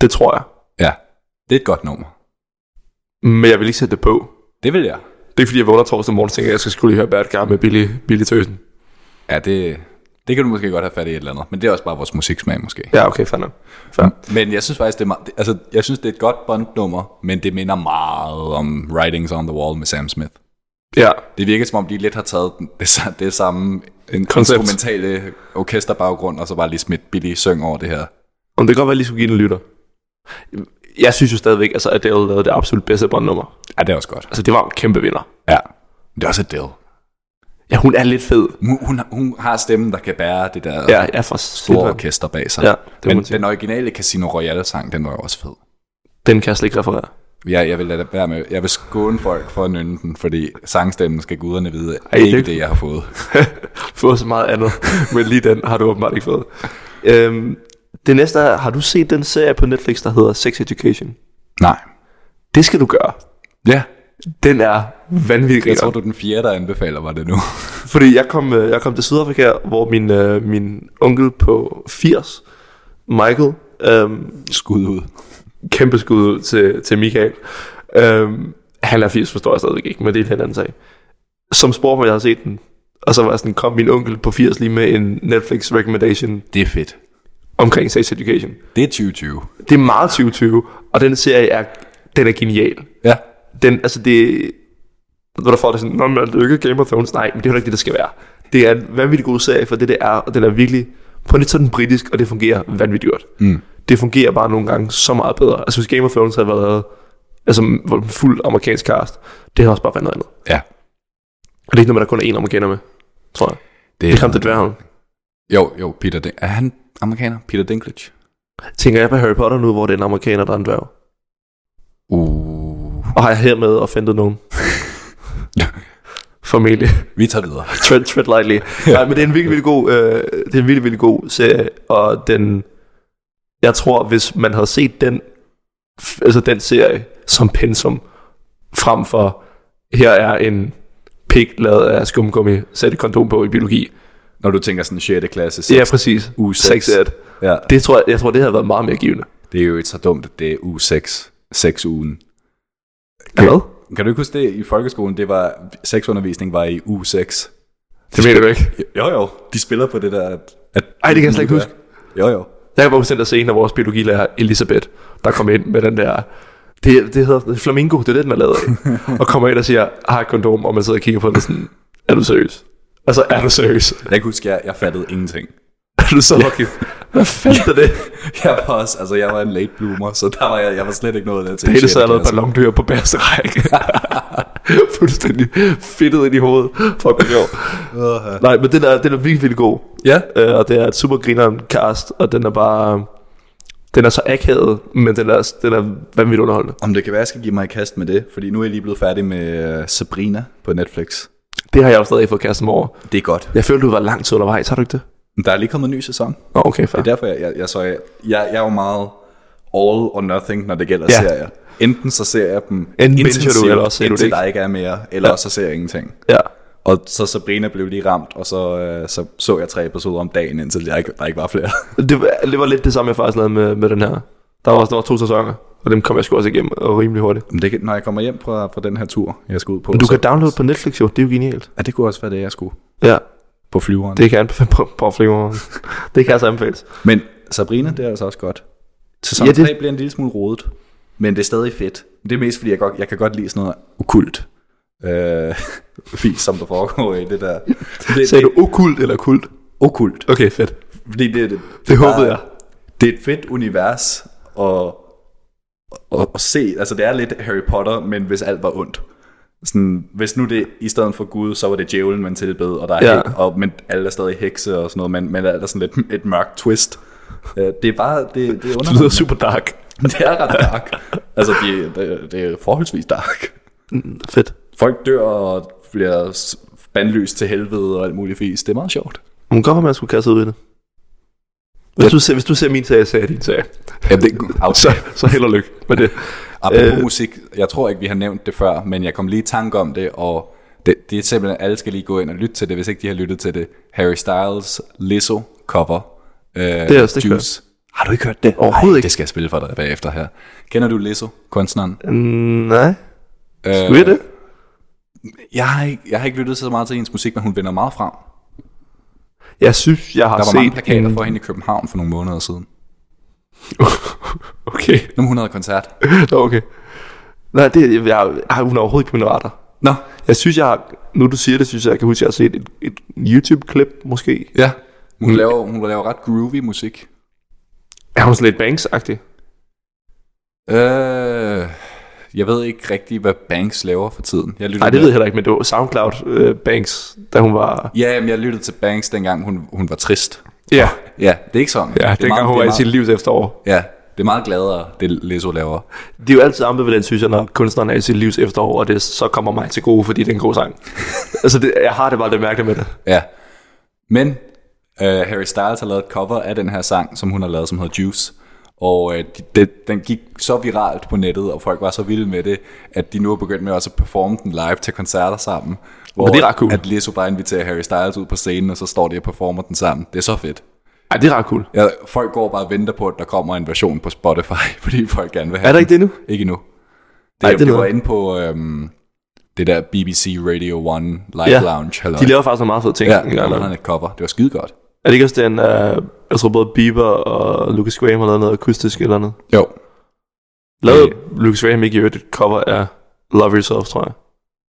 A: Det tror jeg.
B: Ja, det er et godt nummer.
A: Men jeg vil ikke sætte det på.
B: Det vil jeg.
A: Det er fordi, jeg vågner torsdag morgen og tænker, at jeg skal skulle lige høre Bad Guy med Billy, Billy Tøsen.
B: Ja, det, det kan du måske godt have fat i et eller andet, men det er også bare vores musiksmag måske.
A: Ja, okay, fair nok. Fair.
B: Men jeg synes faktisk, det er, meget, altså, jeg synes, det er et godt bondnummer, men det minder meget om Writings on the Wall med Sam Smith.
A: Ja,
B: Det virker som om, de lidt har taget den- det, sa- det samme en
A: Koncept.
B: instrumentale orkesterbaggrund, og så bare lige smidt billig syng over det her.
A: om det kan godt være, at jeg lige skulle give den en lytter. Jeg synes jo stadigvæk, altså, at Adele lavede det absolut bedste bondnummer.
B: Ja, det er også godt.
A: Altså, det var en kæmpe vinder.
B: Ja. Det er også Adele.
A: Ja, hun er lidt fed.
B: Hun, hun, hun har stemmen, der kan bære det der
A: Ja, jeg er fra
B: store
A: Silvan.
B: orkester bag sig.
A: Ja, det må
B: men
A: man sige.
B: den originale Casino Royale-sang, den var jo også fed.
A: Den kan jeg slet ikke referere.
B: Jeg, jeg vil lade det være med. Jeg vil skåne folk for at nynne den, fordi sangstemmen skal guderne vide. Ej,
A: det er
B: ikke det,
A: ikke-
B: det, jeg har fået.
A: fået så meget andet, men lige den har du åbenbart ikke fået. Øhm, det næste er, har du set den serie på Netflix, der hedder Sex Education?
B: Nej.
A: Det skal du gøre.
B: Ja.
A: Den er vanvittig
B: Jeg tror,
A: grineren.
B: du er den fjerde, der anbefaler mig det nu.
A: Fordi jeg kom, øh, jeg kom til Sydafrika, hvor min, øh, min onkel på 80, Michael, øhm,
B: Skud ud.
A: kæmpe skud ud til, til Michael. Øhm, han er 80, forstår jeg stadigvæk ikke, men det er en helt anden sag. Som spor, hvor jeg har set den, og så var jeg sådan, kom min onkel på 80 lige med en Netflix recommendation
B: Det er fedt.
A: omkring Sex Education.
B: Det er 2020.
A: Det er meget 2020, og den serie er, den er genial.
B: Ja.
A: Den, altså det, når der får det sådan, Nå, men er det ikke Game of Thrones? Nej, men det er heller ikke det, der skal være. Det er en vanvittig god serie for det, det er, og den er virkelig på lidt sådan britisk, og det fungerer vanvittigt godt.
B: Mm.
A: Det fungerer bare nogle gange så meget bedre. Altså hvis Game of Thrones havde været lavet, altså hvor den fuld amerikansk cast, det havde også bare været noget andet.
B: Ja.
A: Og det er ikke noget, med, der kun er én amerikaner med, tror jeg.
B: Det
A: Det kom til dværgen.
B: Jo, jo, Peter Din- Er han amerikaner? Peter Dinklage?
A: Tænker jeg på Harry Potter nu, hvor det er en amerikaner, der er en dværg?
B: Uh.
A: Og har jeg hermed offentet nogen? Formentlig.
B: Vi tager videre.
A: Tread, tread lightly. Nej, men det er en virkelig, virkelig god, øh, det er en virkelig, virkelig god serie, og den, jeg tror, hvis man havde set den, f- altså den serie som pensum, frem for, her er en pik lavet af skumgummi, sæt et kondom på i biologi.
B: Når du tænker sådan 6. klasse,
A: Ja,
B: 6.
A: præcis.
B: U6.
A: Sex ed.
B: Ja.
A: Det tror jeg, jeg tror, det havde været meget mere givende.
B: Det er jo ikke så dumt, at det er u 6. 6 ugen.
A: Hvad?
B: Kan du ikke huske det i folkeskolen? Det var, sexundervisning var i u 6.
A: Det mener du ikke.
B: Jo, jo. De spiller på det der, at... at
A: Ej, det kan jeg slet ikke huske.
B: Jo, jo.
A: Jeg kan bare huske den der scene, når vores biologilærer Elisabeth, der kom ind med den der... Det, det hedder flamingo, det er det, den er lavet af. og kommer ind og siger, har et kondom, og man sidder og kigger på den og sådan, er du seriøs? Altså, er du seriøs?
B: Jeg kan huske, jeg, jeg fattede ingenting.
A: Er du så fucking... Hvad fanden er det?
B: Jeg var også, altså jeg var en late bloomer, så der var jeg, jeg var slet ikke noget der til.
A: Peter
B: sjette
A: sad og lavede
B: klasse.
A: ballondyr på bæreste række. Fuldstændig fedtet ind i hovedet. Fuck, det
B: Åh,
A: Nej, men den er, den er virkelig, virkelig god.
B: Ja,
A: Øh, og det er et super grineren cast, og den er bare... Den er så akavet, men den er, den er vanvittigt underholdende.
B: om det kan være, jeg skal give mig i kast med det, fordi nu er jeg lige blevet færdig med øh, Sabrina på Netflix.
A: Det har jeg jo stadig ikke fået kastet mig over.
B: Det er godt.
A: Jeg følte, du var langt til undervejs, har du ikke det?
B: Men Der er lige kommet en ny sæson. Det
A: Nå, okay, fair.
B: er derfor, jeg, jeg, jeg så, jeg, jeg, jeg er jo meget all or nothing, når det gælder
A: Ja.
B: ja. serier. Enten så ser jeg dem
A: binger du,
B: intensivt,
A: eller også ser du det
B: indtil
A: ikke.
B: der ikke er mere, eller ja. også så ser jeg ingenting.
A: Ja.
B: Og så Sabrina blev lige ramt, og så øh, så, så jeg tre episoder om dagen, indtil jeg ikke, der ikke var flere.
A: Det, var- det var lidt det samme, jeg faktisk lavede med, med den her. Der var, der var to sæsoner, og dem kom jeg sgu også igennem og rimelig hurtigt.
B: Men det, kan- når jeg kommer hjem fra, fra den her tur, jeg skal ud på.
A: Men du
B: så-
A: kan downloade på Netflix jo, det er jo genialt.
B: Ja, det kunne også være det, jeg skulle
A: Ja,
B: på flyveren. Det.
A: det kan jeg anbefale på, på flyveren. Det kan altså anbefales.
B: Men Sabrina, det er altså også godt. Sæson
A: Ja,
B: ja,
A: det-
B: det... 3 bliver en lille smule rodet, men det er stadig fedt. Det er mest, fordi jeg, godt, jeg kan godt lide sådan noget okult. Øh, fis, som der foregår i det der. Det,
A: Sagde
B: det,
A: du okult eller kult?
B: okult.
A: Okay, fedt.
B: Fordi det, det,
A: Det håbede jeg.
B: Det er et fedt univers og, og, og se, altså det er lidt Harry Potter, men hvis alt var ondt. Sådan, hvis nu det i stedet for Gud, så var det djævlen, man tilbed, og, der er
A: Ja.
B: ja. og men alle er stadig hekse og sådan noget, men, men alt er sådan lidt et mørkt twist. Øh, Det er bare, det, det er
A: Det lyder
B: underholdende.
A: super dark.
B: Det er ret dark. altså, det, det, det er forholdsvis dark.
A: Mm, Fedt.
B: Folk dør, og bliver s- bandlyst til helvede og alt muligt fis. Det er meget sjovt.
A: Men godt, at man skulle kaste sig ud i det. Hvis, du ser, hvis du ser min sag, så er jeg din sag.
B: Ja, det er
A: Så, så held og lykke med det.
B: Apropos
A: Øh.
B: øh, musik, jeg tror ikke, vi har nævnt det før, men jeg kom lige i tanke om det, og det, det er simpelthen, alle skal lige gå ind og lytte til det, hvis ikke de har lyttet til det. Harry Styles Lizzo cover. Øh, det
A: jeg slet ikke
B: Har du ikke hørt det?
A: Overhovedet
B: Ej,
A: ikke.
B: det skal jeg spille for dig bagefter her. Kender du Lizzo, kunstneren?
A: Mm, Nej.
B: Øh,
A: Skulle jeg det?
B: Jeg har, ikke, jeg har ikke lyttet så meget til hendes musik, men hun vender meget frem. Der
A: Jeg synes, jeg har
B: var
A: set...
B: mange plakater
A: en-
B: for hende i København for nogle måneder siden.
A: Okay.
B: Nu hun havde koncert.
A: Nå, okay. Nej, det, jeg, jeg, hun er overhovedet ikke på mine retter.
B: Nå,
A: Jeg synes, jeg har, nu du siger det, synes jeg, jeg kan huske, jeg har set et, et YouTube-klip, måske.
B: ja. Hun laver, hun laver ret groovy musik.
A: Er hun sådan lidt Banks-agtig?
B: Øh, jeg ved ikke rigtig, hvad Banks laver for tiden. Jeg lyttede
A: Nej, det ved jeg heller ikke, men det var SoundCloud øh, Banks, da hun var...
B: jeg. Ja, men jeg lyttede til Banks, dengang hun, hun var trist.
A: Ja,
B: Ja, det er ikke sådan.
A: ja
B: det er
A: dengang hun var i
B: det er
A: sit livs efterår.
B: meget, Ja, det er meget gladere, det Lizzo laver.
A: Det er jo altid ambivalent, synes jeg, når kunstneren er i sit livs efterår, og det så kommer mig til gode, fordi det er en god sang. altså, det, jeg har det bare det mærkeligt med det.
B: Ja. Men øh, Harry Styles har lavet et cover af den her sang, som hun har lavet, som hedder Juice. Og øh, de- det, den gik så viralt på nettet, og folk var så vilde med det, at de nu er begyndt med også at performe den live til koncerter sammen. Hvor
A: det er ret cool.
B: At Lizzo bare inviterer Harry Styles ud på scenen, og så står de og performer den sammen. Det er så fedt.
A: Ej, det er ret cool.
B: Ja, folk går bare og venter på, at der kommer en version på Spotify, fordi folk gerne vil have
A: Er der ikke det nu?
B: den. Ikke endnu. Det,
A: Ej,
B: Ej,
A: det er
B: det, det var
A: noget.
B: inde på øhm, det der BBC Radio 1 Live
A: Ja.
B: ja. Lounge. Eller,
A: De laver faktisk nogle meget fede ting.
B: ja,
A: en gang
B: der
A: imellem.
B: lavede han et cover. Det var skide godt.
A: Er det ikke også den, uh, jeg tror både Bieber og Lucas Graham har lavet noget akustisk eller noget?
B: Jo.
A: Lavede Lucas Graham ikke i øvrigt et cover af Love Yourself, tror jeg.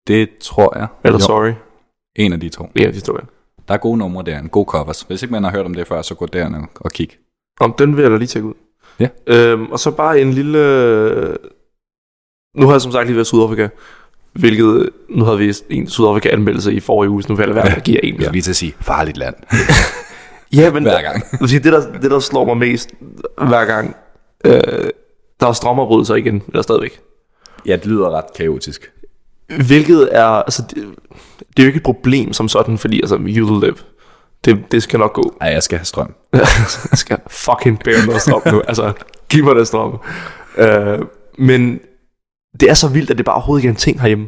B: Det tror jeg.
A: Eller
B: Jo,
A: Sorry.
B: En af de to.
A: Ja, det tror jeg.
B: Der er gode numre derinde. Gode covers. Hvis ikke man har hørt om det før, så gå derinde og- og kig.
A: Om den vil jeg da lige tjekke ud.
B: Ja.
A: Øhm, og så bare en lille... Nu har jeg som sagt lige været i Sydafrika, hvilket... Nu havde vi en Sydafrika-anmeldelse i forrige uge, så nu vil jeg lade være, at give en
B: Jeg
A: mere.
B: er lige til at sige, farligt land.
A: Ja, men
B: Hver gang.
A: Jeg vil sige, det, der, det, der slår mig mest hver gang, øh, der er strømmerbrydelser igen, eller stadigvæk.
B: ja, det lyder ret kaotisk.
A: Hvilket er, altså, det, det er jo ikke et problem som sådan, fordi altså, you'll live. Det, det skal nok gå.
B: Ej, jeg skal have strøm.
A: jeg skal fucking bære noget strøm nu. Altså, giv mig noget strøm. Uh, men det er så vildt, at det bare overhovedet ikke er en ting herhjemme.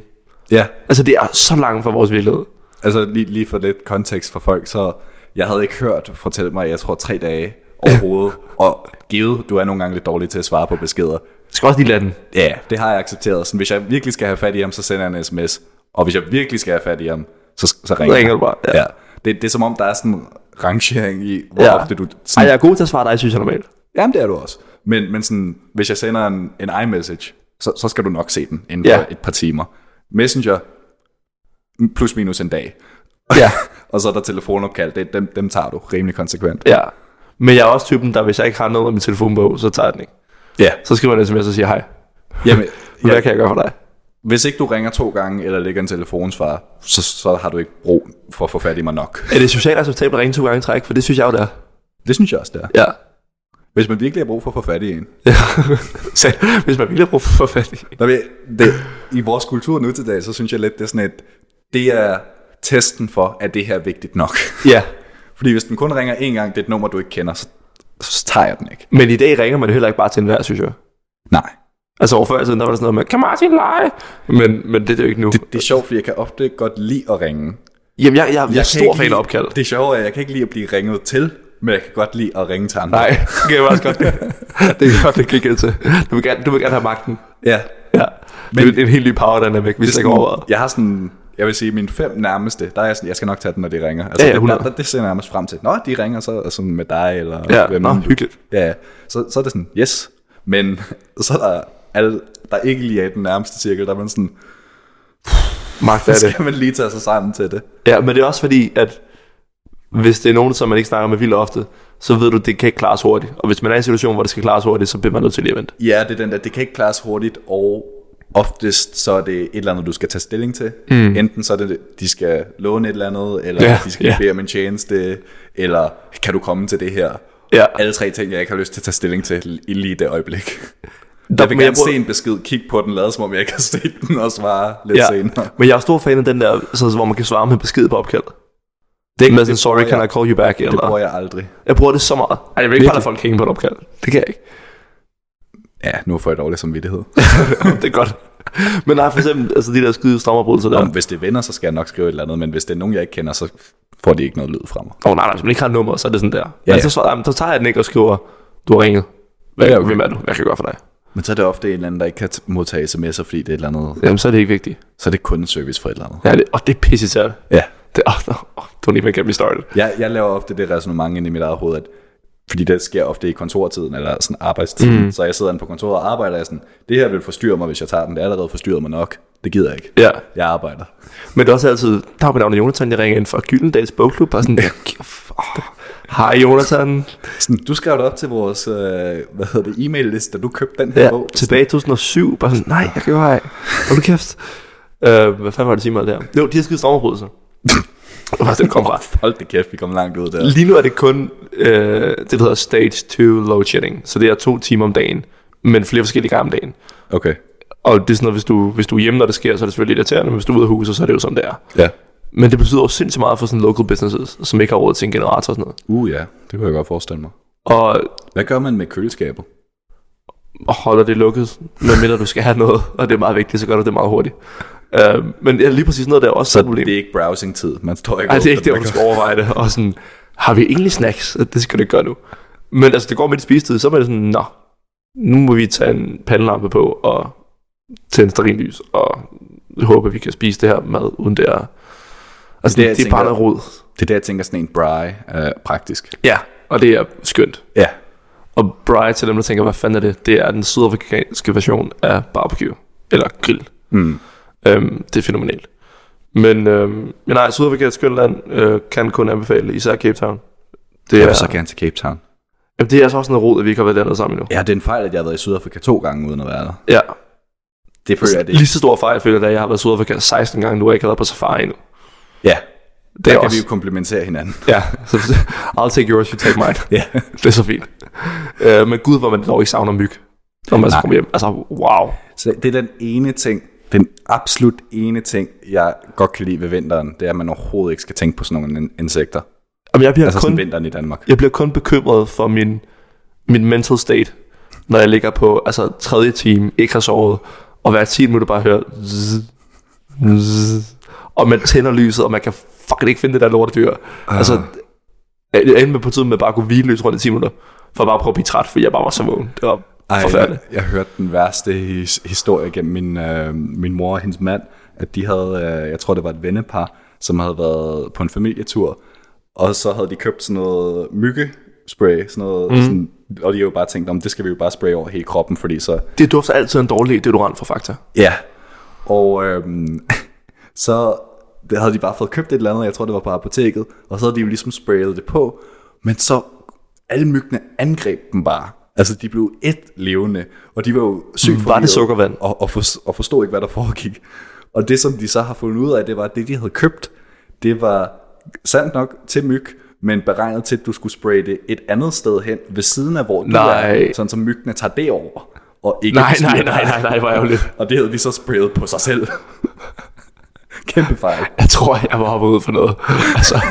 B: Ja,
A: Altså, det er så langt fra vores virkelighed.
B: Altså lige, lige for lidt kontekst for folk, så jeg havde ikke hørt, fortæl mig, jeg tror tre dage overhovedet, og givet, du er nogle gange lidt dårlig til at svare på beskeder.
A: Jeg skal også lige lade den.
B: Ja, det har jeg accepteret. Sådan, hvis jeg virkelig skal have fat i ham, så sender jeg en sms, og hvis jeg virkelig skal have fat i ham, så, så ringer,
A: Så ringer du bare,
B: Ja. ja. Det, det er som om, der er sådan en rangering i, hvor ja. ofte du...
A: Ej,
B: Sådan,
A: jeg er god til at svare dig, synes jeg normalt.
B: Jamen, det er du også. Men, men sådan, hvis jeg sender en, en iMessage, så, så skal du nok se den inden
A: Ja.
B: for et par timer. Messenger, m- plus minus en dag.
A: Ja.
B: og så er der telefonopkald, det, dem, dem tager du rimelig konsekvent.
A: Ja. Men jeg er også typen, der hvis jeg ikke har noget med min telefonbog, så tager jeg den ikke.
B: Ja.
A: Så skriver jeg en sms og siger hej.
B: Jamen,
A: Hvad
B: ja,
A: kan jeg gøre for dig?
B: hvis ikke du ringer to gange, eller lægger en telefonsvar, så, så har du ikke brug for at få fat i mig nok.
A: Er det socialt acceptabelt at ringe to gange i træk? For det synes jeg jo, det er.
B: Det synes jeg også, det er.
A: Ja.
B: Hvis man virkelig har brug for at få fat i en.
A: Så, hvis man ville bruge for fat i.
B: Nå, men det, I vores kultur nu til dag, så synes jeg lidt, det er sådan et, det er testen for, at det her er vigtigt nok.
A: Ja.
B: Fordi hvis den kun ringer én gang, det er et nummer, du ikke kender, så, så tager jeg den ikke.
A: Men i dag ringer man jo heller ikke bare til enhver, synes jeg.
B: Nej.
A: Altså over før i tiden, der var der sådan noget med, kan Martin lege? Men, men det er det jo ikke nu. Det,
B: Det er sjovt, fordi jeg kan ofte godt lide at ringe.
A: Jamen, jeg, jeg, jeg, jeg er
B: kan
A: stor
B: ikke
A: fan af
B: lide-
A: opkald.
B: Det sjove er, at jeg kan ikke lide at blive ringet til, men jeg kan godt lide at ringe til andre.
A: Nej, det kan jeg også godt. det er godt, det gik jeg til. Du vil, gerne, du vil gerne have magten.
B: Ja.
A: Ja. Men, det er en helt ny power, den er væk, hvis det ikke overvejet.
B: Jeg har sådan, jeg vil sige, mine fem nærmeste, der er jeg sådan, jeg skal nok tage den, når de ringer. Altså,
A: Ja, ja,
B: det,
A: 100.
B: der, der, det ser jeg nærmest frem til. Nå, de ringer så altså med dig, eller
A: Ja,
B: hvem
A: nå,
B: nu-
A: hyggeligt.
B: Ja, så, så er det sådan, yes. Men så er der alle, der ikke lige er i den nærmeste cirkel, der er man sådan,
A: Magt er
B: så
A: det.
B: skal man lige tage sig sammen til det.
A: Ja, men det er også fordi, at hvis det er nogen, som man ikke snakker med vildt ofte, så ved du, det kan ikke klares hurtigt. Og hvis man er i en situation, hvor det skal klares hurtigt, så bliver man nødt til lige at vente.
B: Ja, det er den der, det kan ikke klares hurtigt, og oftest så er det et eller andet, du skal tage stilling til. Mm. Enten så er det, de skal låne et eller andet, eller
A: Ja,
B: ja, de skal
A: ja.
B: ja. bede om en tjeneste, eller kan du komme til det her?
A: Ja.
B: Alle tre ting, jeg ikke har lyst til at tage stilling til i lige det øjeblik. Der, jeg vil
A: men jeg
B: gerne
A: bruger-
B: se en besked, kig på den, lad som om jeg ikke har set den, og svare lidt
A: Ja,
B: senere.
A: men jeg er stor fan af den der, så, hvor man kan svare med besked på opkald. Det er ikke med sådan,
B: det bruger
A: sorry, can
B: jeg-
A: I call you back?
B: Det
A: Eller,
B: bruger jeg aldrig.
A: jeg bruger det så meget. Ej, jeg vil ikke bare lade
B: Virkelig?
A: folk hænge på et opkald. Det kan jeg ikke.
B: Ja, nu får jeg dårlig samvittighed.
A: det er godt. Men nej, for eksempel, altså de der skide strammerbrydelser der.
B: Om,
A: Åh
B: hvis det er venner, så skal jeg nok skrive et eller andet, men hvis det er nogen, jeg ikke kender, så får de ikke noget lyd fra mig.
A: oh, nej, nej, hvis man ikke har nummer, så er det sådan der.
B: Ja,
A: Ja,
B: ja.
A: ja. Så, svarer, jamen, så tager jeg den ikke og skriver, du har ringet. Hvad,
B: Ja,
A: ja,
B: okay.
A: okay. Hvem er du? Hvad kan jeg gøre for dig?
B: Men så er det ofte en eller anden, der ikke kan t- modtage sms'er, fordi det er et eller andet.
A: Jamen, så er det ikke vigtigt.
B: Så er det kundeservice for et eller andet.
A: Ja, det, og det er pisse særligt.
B: Ja.
A: Det, oh, oh, don't even get me started.
B: Jeg, jeg laver ofte det resonemang inde i mit eget hoved, at fordi det sker ofte i kontortiden eller sådan arbejdstiden. Mm. Så jeg sidder inde på kontoret og arbejder og er sådan, det her vil forstyrre mig, hvis jeg tager den. Det er allerede forstyrret mig nok. Det gider jeg ikke.
A: Ja,
B: Jeg arbejder.
A: men det er også altid, der er mit navn er Jonathan, jeg ringer ind fra Gyldendals Bogklub, og sådan, oh, hej Jonathan,
B: Sådan, du skrev det op til vores øh, hvad hedder det, e-mail-liste, da du købte den her
A: ja,
B: bog.
A: tilbage i 2007, bare sådan, nej, jeg kan jo ej, hold nu kæft. Uh, hvad fanden var det, sige mig der? Jo, de har skidt strammerbrydelser. Hvor den kom fra.
B: Hold det kæft, vi kom langt ud der.
A: Lige nu er det kun øh, det, der hedder stage 2 load shedding. Så det er to timer om dagen, men flere forskellige gange om dagen.
B: Okay,
A: Og det er sådan noget, hvis du, hvis du er hjemme, når det sker, så er det selvfølgelig irriterende, men hvis du er ude af huset, så er det jo sådan, det er.
B: ja.
A: Men det betyder jo sindssygt meget for sådan local businesses, som ikke har råd til en generator og sådan noget.
B: Uh ja, det kunne jeg godt forestille mig.
A: Og
B: Hvad gør man med køleskabet?
A: og holder det lukket, medmindre du skal have noget, og det er meget vigtigt, så gør du det meget hurtigt. Uh, men ja, lige præcis noget, der er også
B: Så
A: et problem.
B: det er ikke browsing-tid. Man står ikke
A: Ej, det er
B: og
A: ikke det,
B: åbner
A: hvor du skal overveje det. Og sådan, har vi egentlig snacks? Det skal du ikke gøre nu. Men altså, det går midt i spisetid, så er det sådan, nå, nu må vi tage en pandelampe på og tænde sterinlys, og håbe, at vi kan spise det her mad, uden det er... Altså,
B: Det
A: det,
B: er det, jeg
A: det, det er bare
B: tænker.
A: noget rod.
B: Det er der, jeg tænker, sådan en bry er praktisk.
A: Ja, og det er skønt.
B: Ja.
A: Og Bry, til dem, der tænker, hvad fanden er det? Det er den sydafrikanske version af barbecue, eller grill.
B: Mm.
A: Øhm, det er fænomenalt. Men, øhm, men nej, Sydafrika er et skønt land, øh, kan kun anbefale, især Cape Town. Det
B: Jeg
A: er,
B: vil så gerne til Cape Town.
A: Jamen, det er altså også noget rod, at vi ikke har været dernede sammen endnu.
B: Ja, det er en fejl, at jeg har været i Sydafrika to gange uden at være der.
A: Ja,
B: Det føler jeg, det
A: lige så stor fejl føler jeg, at jeg har været i Sydafrika 16 gange nu, og jeg ikke har været på safari endnu.
B: Ja,
A: Det
B: der
A: er
B: kan
A: også...
B: vi jo komplimentere hinanden.
A: Ja, så I'll take yours, you take mine.
B: Ja.
A: Det er så fint. Øh, men gud, hvor man dog ikke savner myg, når man så
B: Nej.
A: kommer hjem. Altså, wow.
B: Så det er den ene ting, den absolut ene ting, jeg godt kan lide ved vinteren, det er, at man overhovedet ikke skal tænke på sådan nogle in- insekter.
A: Jamen, jeg bliver,
B: Altså sådan
A: kun,
B: vinteren i Danmark.
A: jeg bliver kun bekymret for min, min mental state, når jeg ligger på altså, tredje time, ikke har sovet, og hver 10 minutter bare hører zzz, zzz, og man tænder lyset, og man kan fucking ikke finde det der lortedyr. Uh. Altså, jeg jeg endte med på tiden med bare at kunne hvile løs rundt i 10 minutter, for bare at prøve at blive træt, fordi jeg bare var så vågen. Det var Ej,
B: jeg,
A: forfærdeligt.
B: jeg hørte den værste his- historie gennem min, øh, min mor og hendes mand, at de havde, øh, jeg tror det var et vennepar, som havde været på en familietur, og så havde de købt sådan noget myggespray, sådan noget, mm. sådan, og de havde jo bare tænkt, om det skal vi jo bare spraye over hele kroppen, fordi så
A: Det dufter altid af en dårlig deodorant fra Fakta.
B: Ja. Og øhm, så det havde de bare fået købt et eller andet, jeg tror det var på apoteket, og så havde de jo ligesom sprayet det på, men så alle myggene angreb dem bare. Altså de blev et levende, og de var jo sygt
A: Var det
B: forvirrede
A: sukkervand?
B: Og, og, for, og forstod ikke, hvad der foregik. Og det, som de så har fundet ud af, det var, at det, de havde købt, det var sandt nok til myg, men beregnet til, at du skulle spraye det et andet sted hen, ved siden af, hvor du
A: Nej.
B: er, sådan som myggene tager det over. Og ikke
A: Nej, nej,
B: forstyrrer dig.
A: nej, nej, nej, hvor ærgerligt.
B: Og det havde de så sprayet på sig selv. Kæmpe fejl.
A: Jeg tror, jeg var hoppet ud for noget. Altså,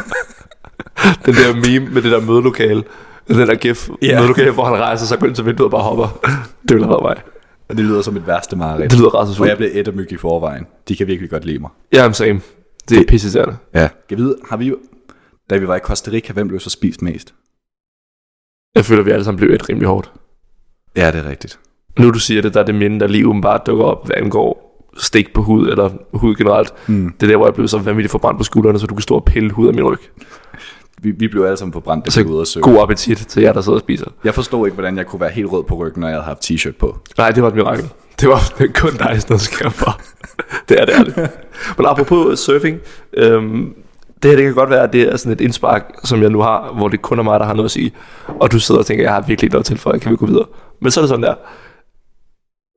A: den der meme med det der mødelokale, den der gif,
B: Ja.
A: yeah. mødelokale, hvor han rejser sig, går ind til vinduet og bare hopper. Det ville have været mig.
B: Og det lyder som et værste mareridt.
A: Det lyder
B: Og jeg
A: rædselsfuldt.
B: blev et af myg i forvejen. De kan virkelig godt lide mig.
A: Ja, I'm same. Det er pisse der.
B: Ja. Jeg ved, har vi da vi var i Costa Rica, hvem blev så spist mest?
A: Jeg føler, vi alle sammen blev et rimelig hårdt.
B: Ja, det er rigtigt.
A: Nu du siger det, der er det minde, der lige umiddelbart dukker op, hvad angår stik på hud, eller hud generelt.
B: Mm.
A: Det er der, hvor jeg blev så vanvittigt forbrændt på skuldrene, så du kan stå og pille hud af min ryg.
B: Vi, vi blev alle sammen forbrændt, da
A: Så
B: vi var ude at søge.
A: god appetit til jer, der sidder og spiser.
B: Jeg forstod ikke, hvordan jeg kunne være helt rød på ryggen, når jeg havde haft t-shirt på.
A: Nej, det var et mirakel. Det var det er kun dig, der sker for. det er det ærligt. Men apropos surfing, øhm, det her det kan godt være, at det er sådan et indspark, som jeg nu har, hvor det kun er mig, der har noget at sige. Og du sidder og tænker, jeg har virkelig ikke noget til for, kan vi gå videre? Men så er det sådan der.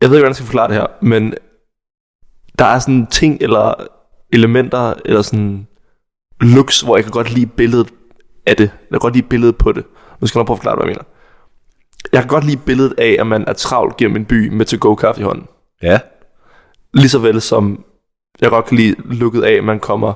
A: Jeg ved ikke, hvordan jeg skal forklare det her, men der er sådan ting eller elementer, eller sådan looks, hvor jeg kan godt lide billedet af det. Jeg kan godt lide billedet på det. Nu skal jeg nok prøve at forklare, hvad jeg mener. Jeg kan godt lide billedet af, at man er travlt gennem en by med to-go-kaffe i hånden.
B: Ja.
A: Lige så vel som jeg godt kan lide lukket af, at man kommer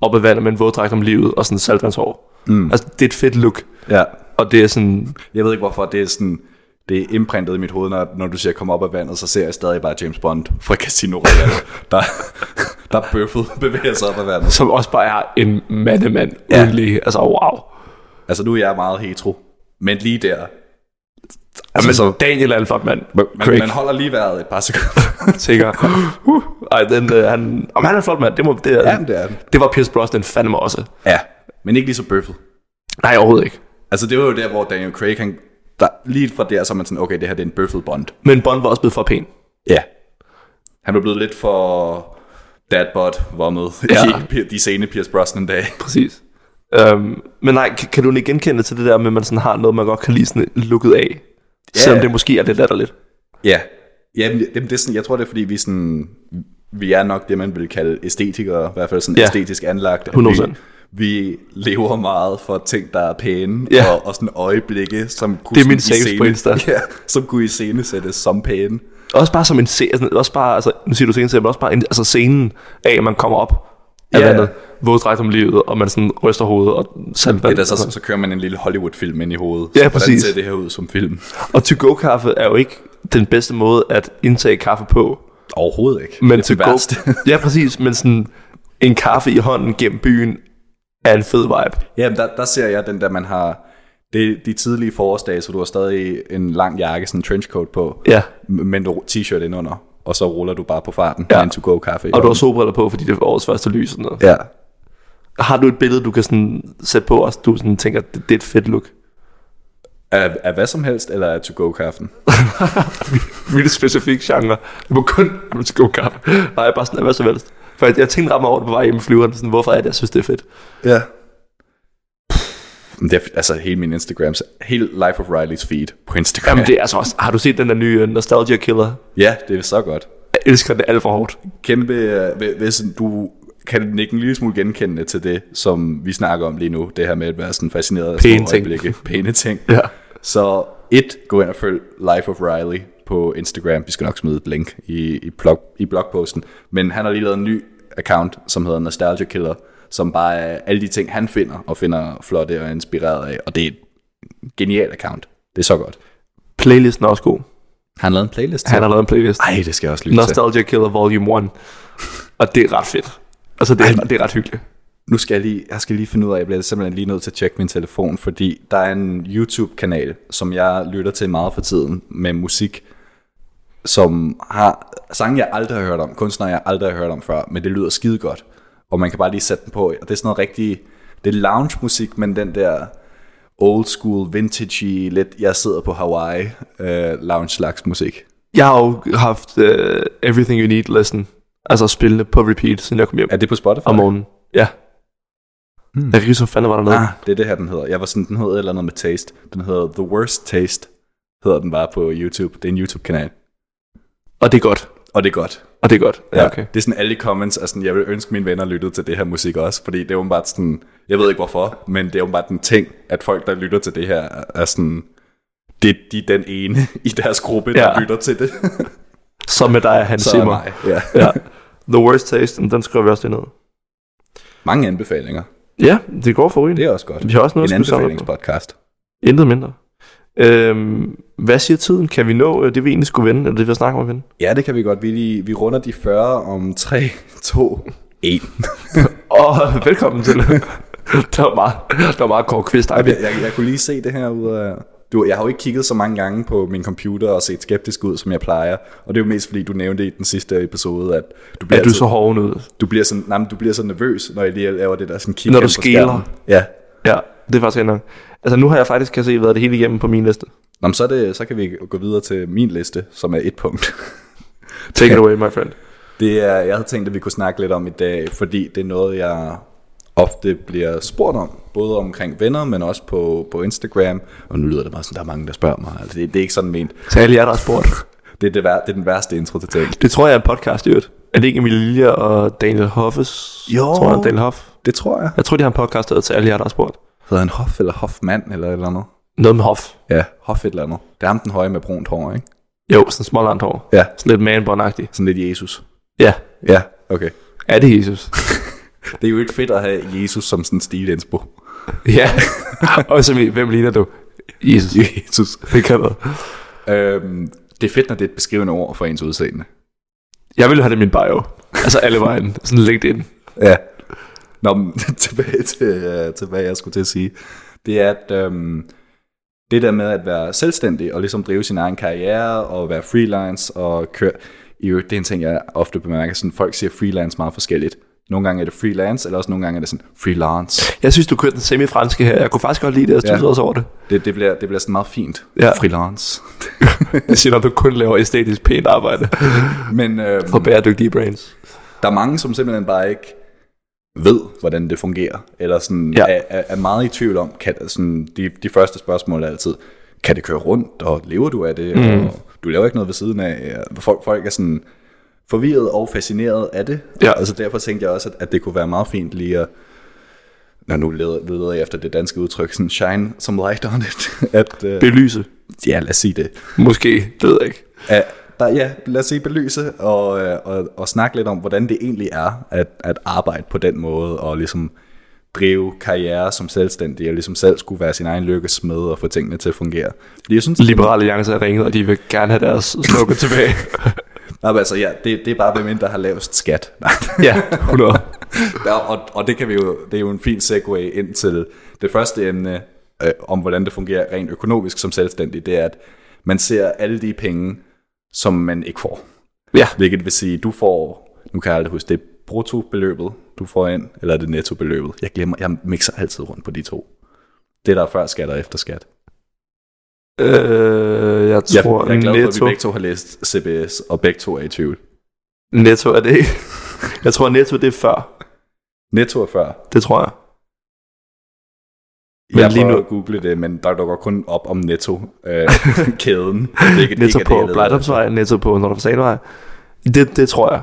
A: op af vandet med en våddragt om livet og sådan saltvandshår. Mm. Altså, det er et fedt look.
B: Ja.
A: Og det er sådan,
B: Jeg ved ikke, hvorfor det er sådan... Det er imprintet i mit hoved, når, når du siger, kom op af vandet, så ser jeg stadig bare James Bond fra Casino Royale, der, der bøffet bevæger sig op af vandet.
A: som også bare er en mandemand.
B: Ja.
A: Ja. Udenlig. Altså, wow.
B: Altså, nu er jeg meget hetero, men lige der.
A: Jamen,
B: så-
A: så, Altså, Daniel er en flot mand.
B: Man,
A: Craig.
B: man holder lige vejret et par sekunder.
A: tænker, uh, ej, den, øh, han, om han er en flot mand, det, må, det, er,
B: Jamen, det er den.
A: det var Pierce Brosnan fandme også.
B: Ja, men ikke lige så bøffet.
A: Nej, overhovedet ikke.
B: Altså, det var jo der, hvor Daniel Craig, han, der, lige fra der, så er man sådan, okay, det her det er en bøffet Bond.
A: Men Bond var også blevet for pæn.
B: Ja. Han blev blevet lidt for dadbot vommet ja.
A: Ja.
B: i de sene Pierce Brosnan-dage.
A: Præcis. Øhm, men nej, kan, kan du ikke genkende til det der med, at man sådan har noget, man godt kan lide sådan lukket af? Yeah. Selvom det måske er lidt latterligt.
B: Ja. Jamen, det, det er sådan, jeg tror, det er fordi, vi, er sådan, vi er nok det, man vil kalde æstetikere, i hvert fald sådan ja.
A: Ja.
B: æstetisk anlagt. at
A: 100%.
B: Vi, vi lever meget for ting, der er pæne,
A: Ja.
B: og, og sådan øjeblikke, som kunne
A: Det er min
B: sådan
A: saves på
B: iscene-
A: Insta.
B: Ja, som kunne i scene sættes som pæne.
A: Også bare som en scene, altså, også bare, altså, nu siger du scenen selv, men også bare en, altså scenen af, at man kommer op af
B: Ja.
A: yeah. vandet, våddragt om livet, og man sådan ryster hovedet og saltvand.
B: Eller så, så kører man en lille Hollywood-film ind i hovedet.
A: Ja,
B: Så Hvordan
A: præcis.
B: ser det her ud som film?
A: Og to-go-kaffe er jo ikke den bedste måde at indtage kaffe på.
B: Overhovedet ikke.
A: Men
B: det er
A: til
B: det værste.
A: go- ja, præcis. Men sådan en kaffe i hånden gennem byen er en fed vibe.
B: Jamen, der, der ser jeg den der, man har... Det er de tidlige forårsdage, så du har stadig en lang jakke, sådan en trenchcoat på,
A: Ja.
B: men du t-shirt indenunder, og så ruller du bare på farten ja.
A: Ja.
B: med en to-go kaffe.
A: Og du har solbriller på, fordi det er årets første lys. og Sådan noget.
B: Ja.
A: Har du et billede, du kan sådan sætte på, og du sådan tænker, det, det er et fedt look?
B: Af, af hvad som helst, eller af to-go-kaffen?
A: Vildt specifik genre. Det må kun være to-go-kaffe. Nej, bare sådan, hvad som helst. For jeg, jeg tænkte ret meget over det på vej hjemme i flyveren, sådan, hvorfor er det, jeg synes, det er fedt.
B: Ja. Det er, altså hele min Instagram, hele Life of Rileys feed på Instagram.
A: Jamen, det er altså også, har du set den der nye øh, Nostalgia Killer?
B: Ja, det er så godt.
A: Jeg elsker den alt for hårdt.
B: Kæmpe, øh, hvis- hvis du kan den ikke en lille smule genkendende til det, som vi snakker om lige nu, det her med at være sådan fascineret af
A: Pæne
B: små
A: ting.
B: øjeblikke. Pæne ting.
A: Ja.
B: Så et, gå ind og følg Life of Riley på Instagram. Vi skal nok smide et link i, i, blog, i blogposten. Men han har lige lavet en ny account, som hedder Nostalgia Killer, som bare er alle de ting, han finder, og finder flotte og er inspireret af. Og det er et genialt account. Det er så godt.
A: Playlisten er også god.
B: Han lavede en playlist til.
A: Han har lavet en playlist.
B: Ej, det skal jeg også lytte til.
A: Nostalgia Killer Volume 1. Og det er ret fedt. Altså, det er, det er ret hyggeligt.
B: Nu skal jeg lige, jeg skal lige finde ud af, jeg bliver simpelthen lige nødt til at tjekke min telefon, fordi der er en YouTube-kanal, som jeg lytter til meget for tiden med musik, som har sange, jeg aldrig har hørt om, kunstnere, jeg aldrig har hørt om før, men det lyder skide godt, og man kan bare lige sætte den på, og det er sådan noget rigtig, det er lounge-musik, men den der old school, vintage lidt, jeg sidder på Hawaii, øh, lounge-slags musik.
A: Jeg har jo haft uh, Everything You Need listen, altså spillende på repeat, siden jeg kom hjem
B: Er det på Spotify?
A: om morgenen. Ja. Hmm. Jeg kan ikke huske, hvad fanden var dernede.
B: Ah,
A: Ah.
B: det er det her, den hedder. Jeg var sådan, den hedder et eller andet med taste. Den hedder The Worst Taste, hedder den bare på YouTube. Det er en YouTube-kanal.
A: Og det er godt.
B: Og det er godt.
A: Og det er godt. Ja, okay.
B: Det er sådan alle de comments, er sådan, jeg vil ønske mine venner lyttede til det her musik også, fordi det er åbenbart sådan, jeg ved ikke hvorfor, men det er åbenbart den ting, at folk, der lytter til det her, er- er sådan, det de er den ene i deres gruppe, der ja.
A: Ja.
B: lytter til det.
A: Så med dig, Hans
B: Så er
A: Zimmer.
B: mig. Ja.
A: Ja. The Worst Taste, den- den skriver vi også lige ned.
B: Mange anbefalinger.
A: Ja, det går for rygende.
B: Det er også godt.
A: Vi har også noget
B: En
A: at skulle samle på.
B: anbefalingspodcast.
A: Intet mindre. Øhm, hvad siger tiden? Kan vi nå øh, det, vi egentlig skulle vende? Eller det, vi har snakket om at vende?
B: Ja, det kan vi godt. Vi, lige- vi runder de 40 om 3, 2, 1.
A: Og velkommen til. der var meget, der var meget kort quiz.
B: Jeg, jeg, jeg kunne lige se det her ud af... Du, jeg har jo ikke kigget så mange gange på min computer og set skeptisk ud, som jeg plejer. Og det er jo mest fordi, du nævnte i den sidste episode, at du bliver,
A: Er du
B: altid-
A: så hården ud?
B: du bliver, sådan, nej, men du bliver så nervøs, når jeg lige laver det der sådan kig
A: Når du
B: hen på
A: skeler.
B: skærmen. Ja.
A: Ja, det er faktisk rigtig nok. Altså nu har jeg faktisk, kan jeg se, været det hele igennem på min liste.
B: Nå, men så, er det, så kan vi gå videre til min liste, som er et punkt.
A: Take it away, my friend.
B: Det er, jeg havde tænkt, at vi kunne snakke lidt om i dag, fordi det er noget, jeg ofte bliver spurgt om, både omkring venner, men også på, på Instagram. Og nu lyder det bare sådan, der er mange, der spørger mig. Altså, det, det er ikke sådan ment.
A: Til alle jer, der har spurgt.
B: Det er, det, vær- det er den værste intro til ting.
A: Det tror jeg er en podcast i øvrigt. Er det ikke Emilie Lilja og Daniel Hoffes?
B: Jo.
A: Tror jeg, Daniel Hoff.
B: Det tror jeg.
A: Jeg tror, de har en podcast der hedder til alle jer, der har spurgt.
B: Hedder han Hoff eller Hoffmann eller et eller andet?
A: Noget med hof.
B: Ja, hof et eller andet. Det er ham den høje med brunt hår, ikke?
A: Jo, sådan smålandt hår.
B: Ja.
A: Sådan lidt manbåndagtigt.
B: Sådan lidt Jesus.
A: Ja,
B: Ja, okay.
A: er det Jesus?
B: Det er jo ikke fedt at have Jesus som sådan en stilinspo.
A: ja. Ah, Og så, hvem ligner du? Jesus.
B: Jesus.
A: Det kan noget.
B: Øhm, det er fedt, når det er et beskrivende ord for ens udseende.
A: Jeg ville have det i min bio. Altså alle vejen. Sådan LinkedIn.
B: Ja. Nå, men tilbage til, øh, til hvad jeg skulle til at sige. Det er, at øhm, det der med at være selvstændig og ligesom drive sin egen karriere og være freelance og køre... I øvrigt, det er en ting, jeg ofte bemærker. Sådan, folk siger freelance meget forskelligt. Nogle gange er det freelance, eller også nogle gange er det sådan freelance.
A: Jeg synes, du kørte den semi-franske her. Jeg kunne faktisk godt lide det. Jeg studsede
B: Ja.
A: ja. også over det.
B: Det, det, bliver, det bliver sådan meget fint.
A: Ja.
B: Freelance.
A: Jeg siger, når du kun laver æstetisk pænt arbejde
B: Men øhm,
A: for bæredygtige brains.
B: der er mange, som simpelthen bare ikke ved, hvordan det fungerer, eller sådan ja.
A: Ja.
B: er, er, er meget i tvivl om, kan, sådan, de, de første spørgsmål er altid, kan det køre rundt, og lever du af det, mm. og du laver ikke noget ved siden af, og folk, folk er sådan forvirret og fascineret af det,
A: Ja.
B: og så derfor tænkte jeg også, at, at det kunne være meget fint lige at, når nu leder, leder jeg efter det danske udtryk, sådan shine some light on it, at, øh,
A: Belyse.
B: ja lad os sige det,
A: Måske. Det ved jeg ikke.
B: Ja, der, ja, lad os sige belyse og, øh, og, og snakke lidt om, hvordan det egentlig er at, at arbejde på den måde og ligesom drive karriere som selvstændig og ligesom selv skulle være sin egen lykkesmed og få tingene til at fungere. Fordi jeg synes,
A: Liberale Alliance har ringet, og de vil gerne have deres slukker tilbage.
B: nej, men altså, ja, det, det er bare hvem end, der har lavest skat. Nej.
A: ja, 100.
B: Ja, og, og det, kan vi jo, det er jo en fin segue ind til det første emne øh, om, hvordan det fungerer rent økonomisk som selvstændig, det er, at man ser alle de penge, som man ikke får.
A: Ja.
B: Hvilket vil sige, du får, nu kan jeg aldrig huske, det er bruttobeløbet, du får ind, eller er det nettobeløbet? Jeg glemmer, jeg mixer altid rundt på de to. Det der er før skat og efter skat.
A: Øh, jeg
B: Jeg,
A: tror,
B: jeg er glad for, at vi
A: netto,
B: begge to har læst CBS, og begge to er i tvivl.
A: netto er det ikke. Jeg tror, netto det er før.
B: Netto er før.
A: Det tror jeg.
B: Men
A: Men
B: jeg
A: lige
B: lige
A: nu-
B: nu... at google det, men der dukker kun op om øh, netto-kæden. Øh,
A: Netto på Blejdomsvej, netto på Nordrhedsvej. Det, det tror jeg.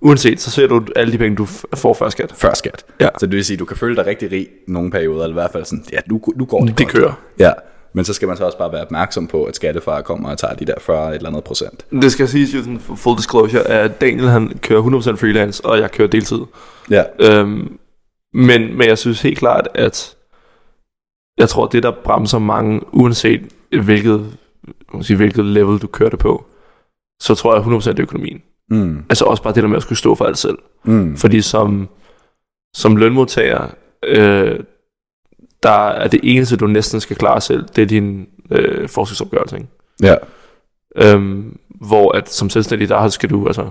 A: Uanset, så ser du alle de penge, du f- får før skat.
B: Før skat.
A: Ja.
B: Så det vil sige, at du kan føle dig rigtig rig nogle perioder, eller i hvert fald sådan, ja, nu, nu går det
A: Det
B: godt.
A: kører.
B: Ja, men så skal man så også bare være opmærksom på, at skattefar kommer og tager de der 40 et eller andet procent.
A: Det skal siges jo sådan full disclosure, at Daniel han kører 100% freelance, og jeg kører deltid.
B: Ja,
A: Øhm, men, men jeg synes helt klart, at jeg tror, det der bremser mange, uanset hvilket, må sige, hvilket level du kører det på, så tror jeg 100% det er økonomien.
B: mm.
A: Altså også bare det der med at skulle stå for alt selv.
B: Mm.
A: Fordi som, som lønmodtager, øh, der er det eneste, du næsten skal klare selv, det er din øh, forskningsopgørelse. Ikke?
B: Ja,
A: Øhm, hvor at som selvstændig, der skal du altså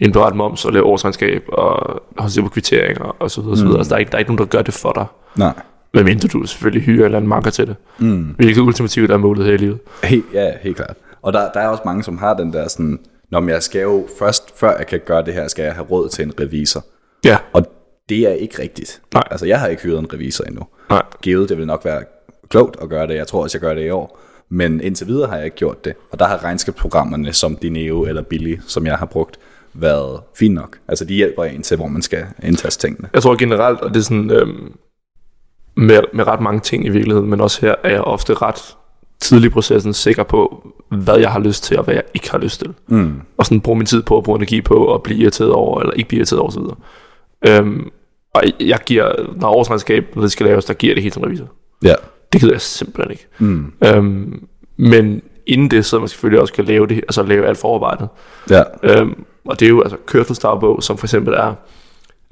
A: indberette moms og lave årsregnskab og holde styr på kvitteringer og så videre. og Så videre.
B: Mm.
A: Altså, der, er ikke, der er ikke nogen, der gør det for dig.
B: nej.
A: Medmindre du selvfølgelig hyrer en eller anden marker til det.
B: Mm.
A: Hvilket ultimativt er målet her i livet.
B: Helt, ja, helt klart. Og der, der er også mange, som har den der sådan, når jeg skal jo først, før jeg kan gøre det her, skal jeg have råd til en revisor.
A: Ja,
B: Og det er ikke rigtigt.
A: Nej.
B: Altså, jeg har ikke hyret en revisor endnu.
A: nej.
B: Givet, det vil nok være klogt at gøre det. Jeg tror også, jeg gør det i år. Men indtil videre har jeg ikke gjort det. Og der har regnskabsprogrammerne som Dineo eller Billy, som jeg har brugt, været fint nok. Altså, de hjælper en til, hvor man skal indtaste tingene.
A: Jeg tror generelt, og det er sådan øhm, med, med ret mange ting i virkeligheden, men også her er jeg ofte ret tidlig i processen sikker på, hvad jeg har lyst til og hvad jeg ikke har lyst til.
B: Mm.
A: og sådan bruge min tid på at bruge energi på at blive irriteret over, eller ikke blive irriteret over osv. Øhm, og jeg giver, når årsregnskab når det skal laves, der giver jeg det helt som revisor.
B: Ja.
A: Det gider jeg simpelthen ikke.
B: Mm.
A: Øhm, men inden det, så man selvfølgelig også kan lave det, altså lave alt forarbejdet.
B: Ja.
A: Øhm, og det er jo altså kørselsdagbog, som for eksempel er,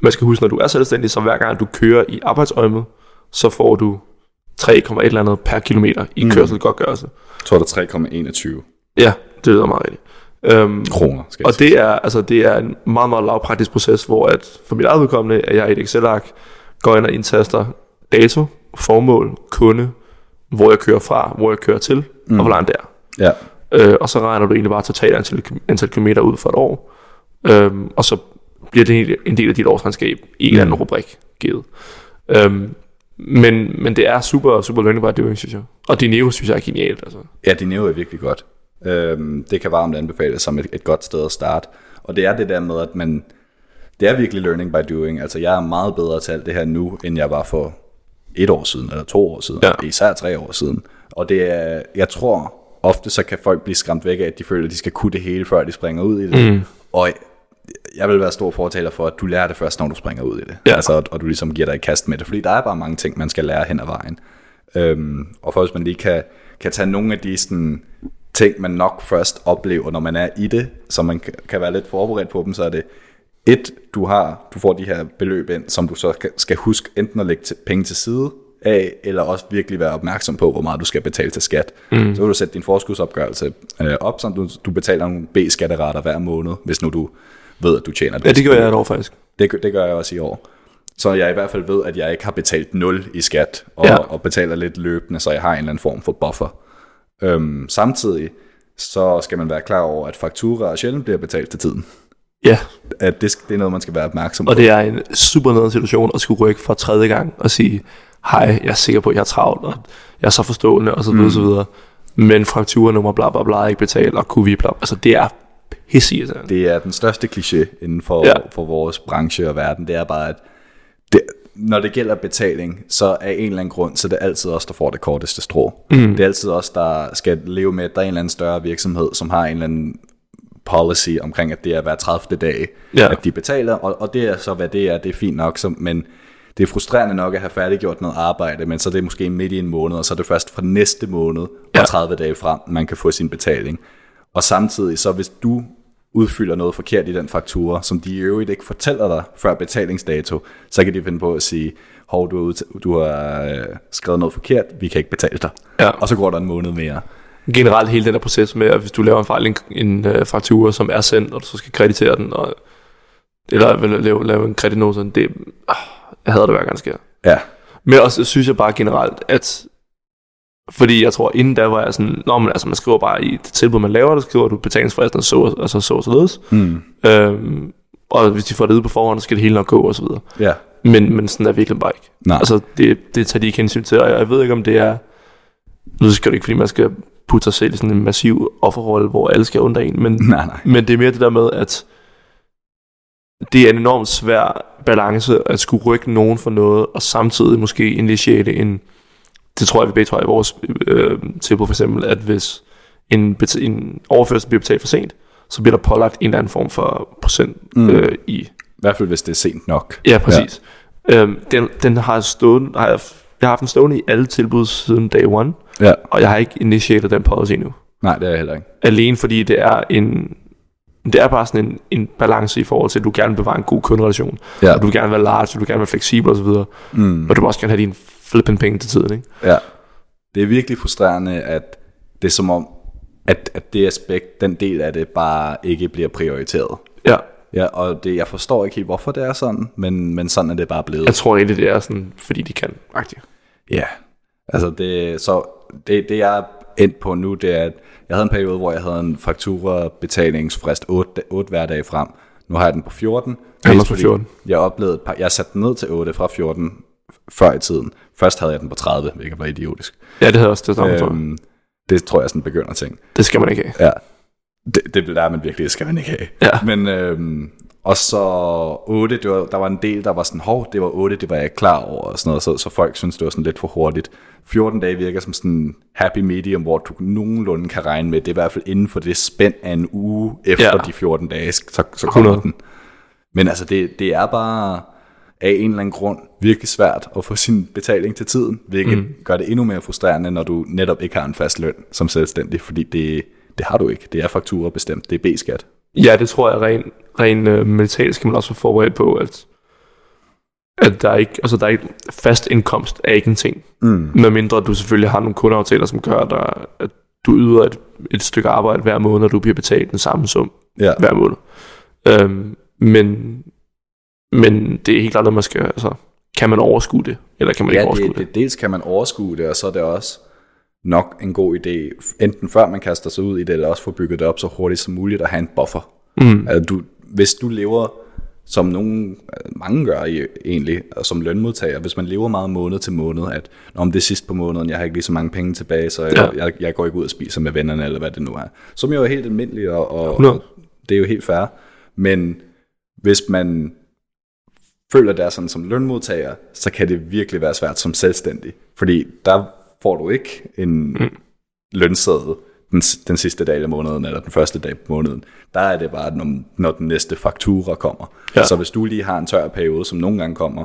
A: man skal huske, når du er selvstændig, så hver gang du kører i arbejdsøjmet, så får du 3, et eller andet per kilometer i
B: Mm.
A: mm. kørselsgodtgørelse.
B: Jeg tror, det er 3,21
A: Ja, det lyder meget rigtigt. Øhm,
B: kroner. Skal jeg
A: Og det er, altså, det er en meget, meget lavpraktisk proces, hvor at for mit eget vedkommende, at jeg i et Excel-ark går ind og indtaster dato, formål, kunde, hvor jeg kører fra, hvor jeg kører til, mm. og hvor langt det er.
B: sige. Ja.
A: Øh, og så regner du egentlig bare totalt antal, antal kilometer ud for et år, øhm, og så bliver det en- en del af dit årsregnskab i en eller anden rubrik givet. Øhm, men, men det er super, super lønnebart, det er jo synes jeg. Og Dineo synes jeg er genialt. Altså.
B: Ja, Dineo er virkelig godt. Øhm, det kan varmt anbefales som et, et godt sted at starte. Og det er det der med, at man... Det er virkelig learning by doing. Altså, jeg er meget bedre til alt det her nu, end jeg var for et år siden, eller to år siden, ja.
A: Ja.
B: især tre år siden. Og det er, jeg tror, ofte så kan folk blive skræmt væk af, at de føler, at de skal kunne det hele, før de springer ud i det. Mm. Og jeg vil være stor fortaler for, at du lærer det først, når du springer ud i det.
A: Ja.
B: Altså, og du ligesom giver dig i kast med det, fordi der er bare mange ting, man skal lære hen ad vejen. Øhm, og for hvis man lige kan, kan tage nogle af de sådan, ting, man nok først oplever, når man er i det, så man kan- kan være lidt forberedt på dem, så er det et, du har, du får de her beløb ind, som du så kan- skal huske enten at lægge til, penge til side af, eller også virkelig være opmærksom på, hvor meget du skal betale til skat. Mm. Så vil du sætte din forskudsopgørelse øh, op, så du, du betaler nogle B-skatterater hver måned, hvis nu du ved, at du tjener
A: Ja, det gjorde jeg et år faktisk.
B: det, gør- det gør jeg også i år. Så jeg i hvert fald ved, at jeg ikke har betalt 0 i skat, og,
A: Ja.
B: ja. og betaler lidt løbende, så jeg har en eller anden form for buffer. Øhm, samtidig så skal man være klar over, at fakturaer sjældent bliver betalt til tiden.
A: Ja,
B: At det, det er noget, man skal være opmærksom på.
A: og det er en super nederen situation at skulle rykke for tredje gang og sige, hej, jeg er sikker på, at jeg er travlt, og jeg er så forstående, og så videre, mm. så videre. Men frakturernummer, bla bla bla, er ikke betalt, og kunne vi bla, altså det er pissigt.
B: Det er den største kliché inden for,
A: Ja.
B: ja. for vores branche og verden. Det er bare, at det, når det gælder betaling, så af en eller anden grund, så er det altid os, der får det korteste strå. Mm. Det er altid os, der skal leve med, at der er en eller anden større virksomhed, som har en eller anden policy omkring, at det er hver 30. dag,
A: Ja.
B: ja. at de betaler, og, og det er så, hvad det er, det er fint nok, så, men det er frustrerende nok at have færdiggjort noget arbejde, men så er det måske midt i en måned, og så er det først fra næste måned
A: Ja.
B: og 30 dage frem, man kan få sin betaling. Og samtidig, så hvis du udfylder noget forkert i den faktura, som de i øvrigt ikke fortæller dig før betalingsdato, så kan de finde på at sige, hov, du har, udt- du har øh, skrevet noget forkert, vi kan ikke betale dig.
A: Ja.
B: Og så går der en måned mere.
A: Generelt hele den der proces med, at hvis du laver en fejl i en, en uh, fraktur, som er sendt, og du så skal kreditere den, og, eller vil lave, lave en kreditnose, det, ah, jeg hader det hver gang det sker.
B: Ja,
A: Men også synes jeg bare generelt, at fordi jeg tror, inden da var jeg sådan, Nå, men altså, man skriver bare i det tilbud, man laver, der skriver du betalingsfristen, så, altså, så og således.
B: mm.
A: Øhm, og hvis de får det at vide på forhånd, så skal det hele nok gå, og så videre.
B: ja.
A: Men, men sådan er virkelig bare ikke.
B: Nej.
A: Altså, det, det tager de ikke hensyn til, og jeg ved ikke, om det er... Nu skal det ikke, fordi man skal putte sig selv i sådan en massiv offerrolle, hvor alle skal under en, men,
B: Nej, nej.
A: men det er mere det der med, at det er en enormt svær balance at skulle rykke nogen for noget, og samtidig måske initiere en... Det tror jeg, vi begge tror i vores øh, tilbud for eksempel, at hvis en, bet- en overførsel bliver betalt for sent, så bliver der pålagt en eller anden form for procent mm. øh, i
B: I hvert fald, hvis det er sent nok.
A: Ja, præcis. Ja. Øhm, den, den har stående, har jeg, jeg har haft den stående i alle tilbud siden day one,
B: Ja.
A: og jeg har ikke initieret den policy endnu.
B: Nej, det er jeg heller ikke.
A: Alene fordi det er en det er bare sådan en, en balance i forhold til, at du gerne vil bevare en god kunderelation,
B: Ja.
A: og du vil gerne være large, og du vil gerne være fleksibel osv., mm. og du vil også gerne have dine flipping penge til tiden, ikke?
B: Ja. Det er virkelig frustrerende, at det er som om, at, at det aspekt, den del af det, bare ikke bliver prioriteret.
A: Ja,
B: Ja, og det, jeg forstår ikke helt, hvorfor det er sådan, men, men sådan er det bare blevet.
A: jeg tror egentlig, det er sådan, fordi de kan, agtigt.
B: Altså, Ja, altså det, så det, det jeg er endt på nu, det er, at jeg havde en periode, hvor jeg havde en fakturabetalingsfrist 8, 8 hverdage frem. Nu har jeg den på 14.
A: har den
B: Mest
A: på
B: fordi
A: 14.
B: Jeg oplevede, et par, jeg satte den ned til 8 fra 14 før i tiden. Først havde jeg den på 30, hvilket var idiotisk.
A: Ja, det havde også det samme, øhm.
B: Øhm, det tror jeg er sådan en begynderting.
A: Det skal man ikke have.
B: Ja. Det, det der man virkelig, det skal man ikke have.
A: Ja.
B: Men, øhm, og så 8, det var, der var en del, der var sådan, hov, det var 8, det var jeg ikke klar over, og sådan noget, så, så folk synes det var sådan lidt for hurtigt. 14 dage virker som sådan en happy medium, hvor du nogenlunde kan regne med, det er i hvert fald inden for det spænd af en uge efter
A: Ja.
B: ja. de 14 dage, så, så kommer
A: 100.
B: den. Men altså, det, det er bare af en eller anden grund virkelig svært at få sin betaling til tiden, hvilket mm. gør det endnu mere frustrerende, når du netop ikke har en fast løn som selvstændig, fordi det, det har du ikke. Det er fakturer bestemt, det er B-skat.
A: Ja, det tror jeg rent ren, øh, mentalt skal man også være forberedt på, at, at der, er ikke, altså, der er ikke fast indkomst er ikke en ting. Mm. Medmindre du selvfølgelig har nogle kundeaftaler, som gør, at, der, at du yder et, et stykke arbejde hver måned, og du bliver betalt den samme sum
B: Ja.
A: hver måned. Øhm, men, men det er helt klart, at man skal, altså, kan man overskue det, eller kan man ja,
B: Ja,
A: ikke overskue
B: det,
A: det? det.
B: det, dels kan man overskue det, og så er det også nok en god idé, enten før man kaster sig ud i det, eller også få bygget det op så hurtigt som muligt, og have en buffer. Mm. Altså, du, hvis du lever, som nogen, mange gør i, egentlig, og som lønmodtager, hvis man lever meget måned til måned, at om det er sidst på måneden, jeg har ikke lige så mange penge tilbage, så jeg,
A: Ja.
B: ja. jeg, jeg går ikke ud og spiser med vennerne, eller hvad det nu er. Som jo er helt almindeligt, og,
A: Hundrede.
B: og det er jo helt fair. Men hvis man føler det er sådan som lønmodtager, så kan det virkelig være svært som selvstændig. Fordi der får du ikke en mm. lønseddel den, den sidste dag af måneden, eller den første dag på måneden. Der er det bare, når, når den næste faktura kommer.
A: Ja.
B: Ja. Så hvis du lige har en tør periode, som nogle gange kommer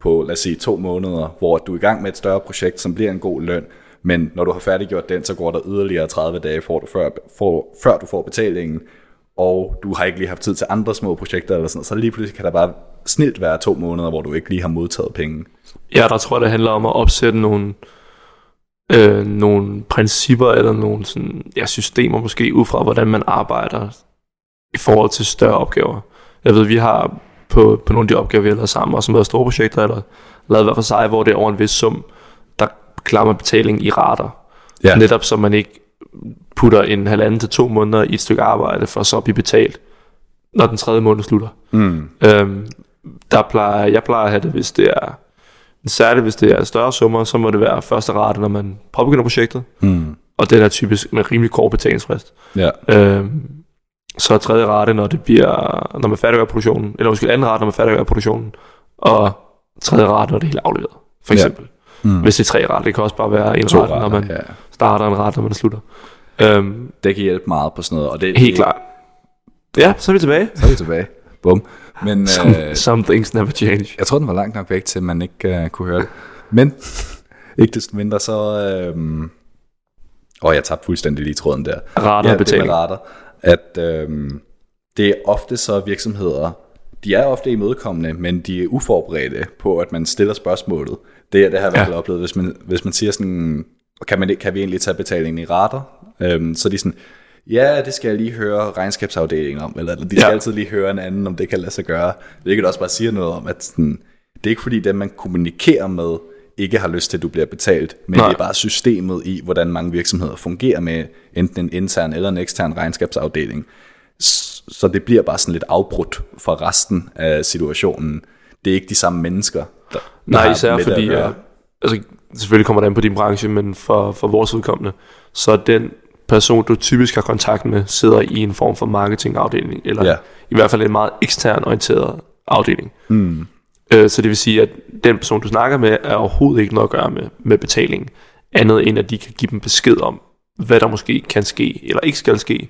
B: på, lad os sige, to måneder, hvor du er i gang med et større projekt, som bliver en god løn, men når du har færdiggjort den, så går der yderligere 30 dage, får du før, for, før du får betalingen, og du har ikke lige haft tid til andre små projekter eller sådan noget, så lige pludselig kan der bare snilt være to måneder, hvor du ikke lige har modtaget penge.
A: Ja, der tror jeg, det handler om at opsætte nogle, øh, nogle principper eller nogle sådan, ja, systemer måske, ud fra hvordan man arbejder i forhold til større opgaver. Jeg ved, vi har på, på nogle af de opgaver, vi har lavet sammen, og som har været store projekter, eller lavet hver for sig, hvor det er over en vis sum, der klammer betaling i rater. Ja. Netop så man ikke putter en halvanden til to måneder i et stykke arbejde, for så at blive betalt, når den tredje måned slutter.
B: Mm.
A: Øhm, der plejer, jeg plejer at have det, hvis det er særligt hvis det er større summer, så må det være første rate, når man påbegynder projektet.
B: Mm.
A: Og den er typisk med rimelig kort betalingsfrist.
B: Ja.
A: Øhm, så er tredje rate, når det bliver, når man færdiggør produktionen, eller måske anden rate, når man færdiggør produktionen, og tredje rate, når det er helt afleveret, for
B: Ja.
A: eksempel.
B: Mm.
A: Hvis det er tre rate, det kan også bare være en
B: to
A: rate, når
B: rater,
A: man
B: ja.
A: starter, en rate, når man slutter. Øhm,
B: Det kan hjælpe meget på sådan noget. Og det,
A: helt
B: det-
A: klart. Ja, så er vi tilbage.
B: Så er vi tilbage. Bum. Men
A: Some,
B: øh,
A: some things never change.
B: jeg tror, den var langt nok væk til, at man ikke øh, kunne høre det. Men ikke desto mindre, så... Øh, og jeg tabte fuldstændig lige tråden der.
A: Rater og
B: det
A: betaling.
B: med rater. At øh, det er ofte så virksomheder, de er ofte imødekommende, men de er uforberedte på, at man stiller spørgsmålet. Det, er- det har jeg i hvert fald oplevet, hvis man, hvis man siger sådan, kan, man, ikke- kan vi egentlig tage betalingen i rater? Øhm, så er de sådan, ja, det skal jeg lige høre regnskabsafdelingen om, eller de skal
A: Ja.
B: ja. altid lige høre en anden, om det kan lade sig gøre. Hvilket også bare siger noget om, at sådan, det er ikke fordi dem, man kommunikerer med, ikke har lyst til, at du bliver betalt, men
A: Nej.
B: Nej. det er bare systemet i, hvordan mange virksomheder fungerer med enten en intern eller en ekstern regnskabsafdeling. S- Så det bliver bare sådan lidt afbrudt fra resten af situationen. Det er ikke de samme mennesker, der, der
A: Nej,
B: har
A: især
B: med det at
A: fordi,
B: gøre.
A: ja, altså, selvfølgelig kommer det an på din branche, men for, for vores udkommende, så er den person, du typisk har kontakt med, sidder i en form for marketingafdeling, eller ja.
B: Ja.
A: i hvert fald en meget ekstern orienteret afdeling. Mm. Øh, så det vil sige, at den person, du snakker med, er overhovedet ikke noget at gøre med, med betalingen, andet end at de kan give dem besked om, hvad der måske kan ske, eller ikke skal ske,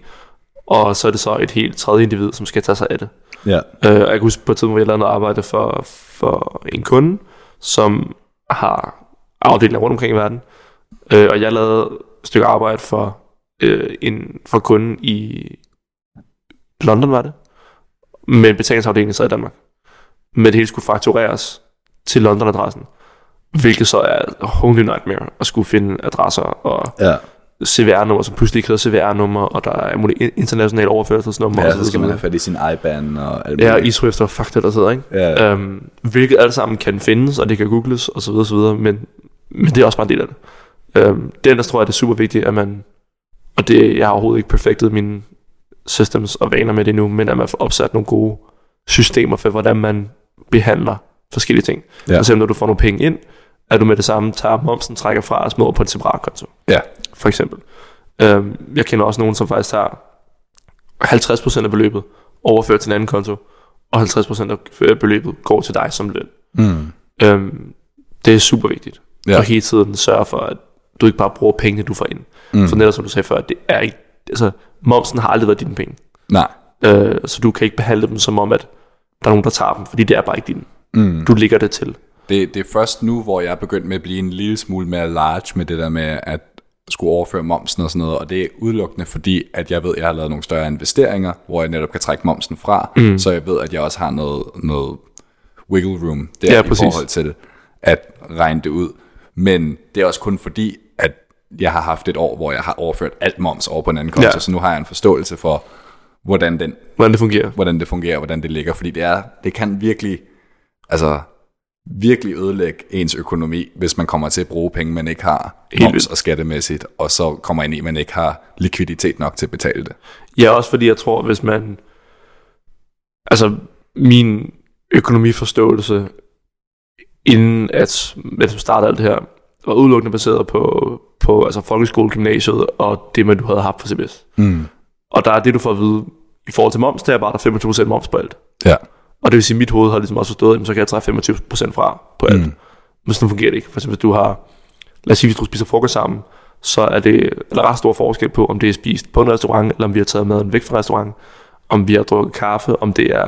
A: og så er det så et helt tredje individ, som skal tage sig af det.
B: ja.
A: Øh, og jeg kan huske på et tidspunkt, hvor jeg lavede noget arbejde for, for en kunde, som har afdelinger rundt omkring i verden. Øh, og jeg lavede et stykke arbejde for, øh, en, for kunden i London, var det? Med en betalingsafdeling så i Danmark. Men det hele skulle faktureres til London-adressen. Hvilket så er a holy nightmare at skulle finde adresser og
B: ja.
A: CVR-nummer, som pludselig ikke hedder CVR-nummer, og der er mulige internationale overførselsnumre.
B: Ja,
A: og
B: så skal man
A: videre.
B: have fat i sin IBAN og alt
A: Ja,
B: muligt.
A: isryster og fakta, der sidder, ikke?
B: ja.
A: Øhm, hvilket alt sammen kan findes, og det kan googles, og så videre, så videre, men, men det er også bare en del af det. Øhm, det ellers tror jeg, det er super vigtigt, at man, og det, jeg har overhovedet ikke perfektet mine systems og vaner med det nu, men at man får opsat nogle gode systemer for, hvordan man behandler forskellige ting. Ja.
B: Ja.
A: For eksempel, når du får nogle penge ind, at du med det samme tager momsen, trækker fra og smider over på en separat konto
B: ja.
A: for eksempel. Øhm, jeg kender også nogen, som faktisk tager 50% af beløbet overført til en anden konto, og 50% af beløbet går til dig som løn.
B: Mm.
A: Øhm, det er super vigtigt. Ja.
B: Ja.
A: Og hele tiden sørge for, at du ikke bare bruger pengene, du får ind. Mm. For netop som du sagde før, det er ikke, altså, momsen har aldrig været dine penge.
B: Nej.
A: Øh, så du kan ikke behandle dem som om, at der er nogen, der tager dem, fordi det er bare ikke dine.
B: Mm.
A: Du ligger det til.
B: Det, det er først nu, hvor jeg er begyndt med at blive en lille smule mere large med det der med at skulle overføre momsen og sådan noget, og det er udelukkende fordi, at jeg ved, at jeg har lavet nogle større investeringer, hvor jeg netop kan trække momsen fra, mm. så jeg ved, at jeg også har noget, noget wiggle room der
A: Ja,
B: ja, i
A: præcis.
B: forhold til at regne det ud. Men det er også kun fordi, at jeg har haft et år, hvor jeg har overført alt moms over på en anden konto,
A: Ja.
B: ja. så nu har jeg en forståelse for, hvordan den
A: Hvordan det fungerer.
B: hvordan det fungerer, hvordan det ligger, fordi det, er, det kan virkelig, altså virkelig ødelægge ens økonomi, hvis man kommer til at bruge penge, man ikke har,
A: Helt
B: moms
A: vildt.
B: og skattemæssigt, og så kommer ind i, at man ikke har likviditet nok til at betale det.
A: Ja, også fordi jeg tror, hvis man... Altså, min økonomiforståelse, inden at man startede alt det her, var udelukkende baseret på, på altså folkeskole, gymnasiet og det, man du havde haft for CBS.
B: Mm.
A: Og der er det, du får at vide i forhold til moms, det er bare, at der er 25% moms på alt.
B: Ja.
A: Og det vil sige, at mit hoved har ligesom også forstået, at så kan jeg trække 25% fra på alt. Mm.
B: Mm.
A: Men sådan fungerer det ikke. For eksempel, hvis du har lad os sige, hvis du spiser frokost sammen, så er det eller ret stor forskel på, om det er spist på en restaurant, eller om vi har taget maden væk fra restauranten, om vi har drukket kaffe, om det er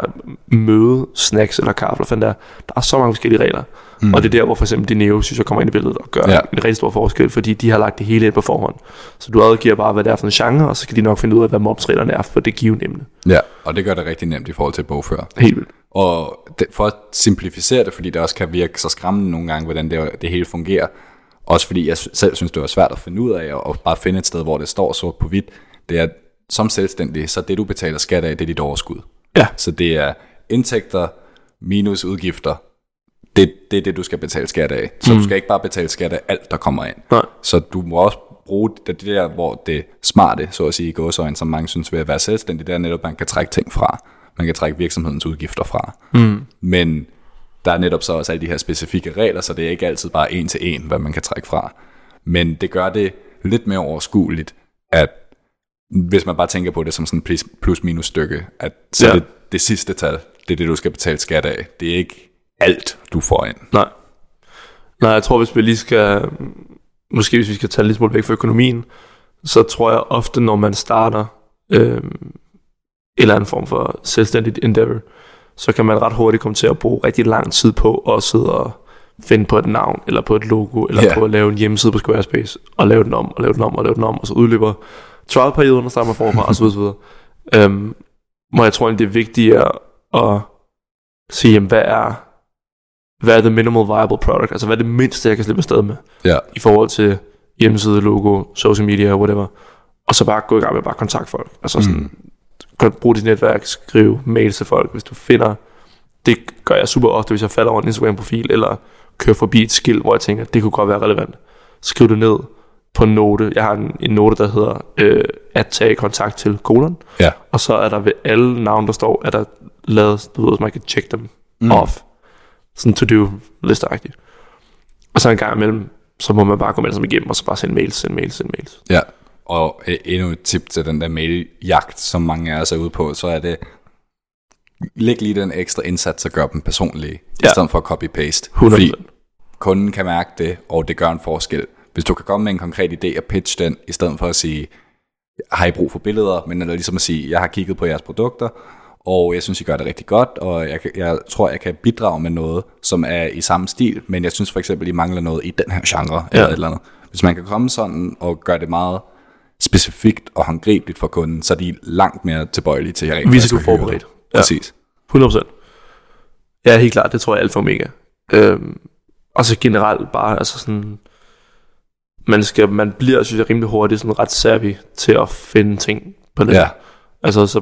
A: møde, snacks eller kaffe, eller fanden der. Der er så mange forskellige regler. Mm. Og det er der, hvor for eksempel Dineo, synes jeg, kommer ind i billedet og gør
B: Ja.
A: ja. en rigtig stor forskel, fordi de har lagt det hele ind på forhånd. Så du adgiver bare, hvad det er for en genre, og så kan de nok finde ud af, hvad momsreglerne er for det givende emne.
B: Ja, og det gør det rigtig nemt i forhold til bogfører.
A: Helt vildt.
B: Og det, for at simplificere det, fordi det også kan virke så skræmmende nogle gange, hvordan det, det hele fungerer. Også fordi jeg sy- selv synes, det var svært at finde ud af, og og bare finde et sted, hvor det står sort på hvidt. Det er som selvstændig, så det du betaler skat af, det er dit overskud.
A: Ja.
B: Så det er indtægter minus udgifter. Det, det er det, du skal betale skat af. Så mm. du skal ikke bare betale skat af alt, der kommer ind.
A: Nej.
B: Så du må også bruge det, det der, hvor det smarte, så at sige, i gåsøjne, som mange synes ved at være selvstændig, det er netop, at man kan trække ting fra. Man kan trække virksomhedens udgifter fra. Mm. Men der er netop så også alle de her specifikke regler, så det er ikke altid bare en til en, hvad man kan trække fra. Men det gør det lidt mere overskueligt, at hvis man bare tænker på det som sådan et plus-minus stykke, at så ja.
A: Ja.
B: det, det sidste tal, det er det, du skal betale skat af. Det er ikke alt, du får ind.
A: Nej. Nej, jeg tror, hvis vi lige skal... Måske hvis vi skal tage lidt smule væk fra økonomien, så tror jeg ofte, når man starter øh, en eller anden form for selvstændigt endeavor, så kan man ret hurtigt komme til at bruge rigtig lang tid på at sidde og finde på et navn, eller på et logo, eller
B: Ja.
A: yeah. på at lave en hjemmeside på Squarespace, og lave den om, og lave den om, og lave den om, og så udløber trial-perioden, og starter man forfra, og så videre, så videre. Øhm, hvor jeg tror, egentlig, det er vigtigere at sige, jamen, hvad er hvad er the minimal viable product, altså hvad er det mindste, jeg kan slippe afsted med
B: Ja.
A: i forhold til hjemmeside, logo, social media, whatever, og så bare gå i gang med bare kontakte folk. Altså sådan, mm. kan bruge dit netværk, skrive mails til folk, hvis du finder, det gør jeg super ofte, hvis jeg falder over en Instagram-profil, eller kører forbi et skilt, hvor jeg tænker, det kunne godt være relevant. Skriv det ned på en note. Jeg har en, en note, der hedder øh, at tage kontakt til kolon.
B: Ja.
A: Og så er der ved alle navn, der står, at der lavet, du ved, så man kan tjekke dem mm. off. Sådan to-do listeagtigt. Og så en gang imellem, så må man bare gå med som igennem, og så bare sende mails, sende mails, sende mails.
B: Ja, og øh, endnu et tip til den der mailjagt, som mange af os er ude på, så er det, læg lige den ekstra indsats og gør dem personlige, ja. i
A: Ja.
B: stedet for copy-paste.
A: 100%.
B: Fordi kunden kan mærke det, og det gør en forskel. Hvis du kan komme med en konkret idé og pitche den, i stedet for at sige, har I brug for billeder, men eller ligesom at sige, jeg har kigget på jeres produkter, og jeg synes, I gør det rigtig godt, og jeg, kan- jeg tror, jeg kan bidrage med noget, som er i samme stil, men jeg synes for eksempel, I mangler noget i den her genre, eller
A: Ja.
B: et eller andet. Hvis man kan komme sådan og gøre det meget specifikt og håndgribeligt for kunden, så er de langt mere tilbøjelige til at rent
A: Hvis du er
B: faktisk at hyre dig.
A: forberedt. Ja.
B: Præcis.
A: 100%. Ja, helt klart, det tror jeg er alfa og omega. Øhm, og så generelt bare, altså sådan, man, skal, man bliver, synes jeg, rimelig hurtigt sådan ret savvy til at finde ting på det.
B: Ja.
A: Altså, så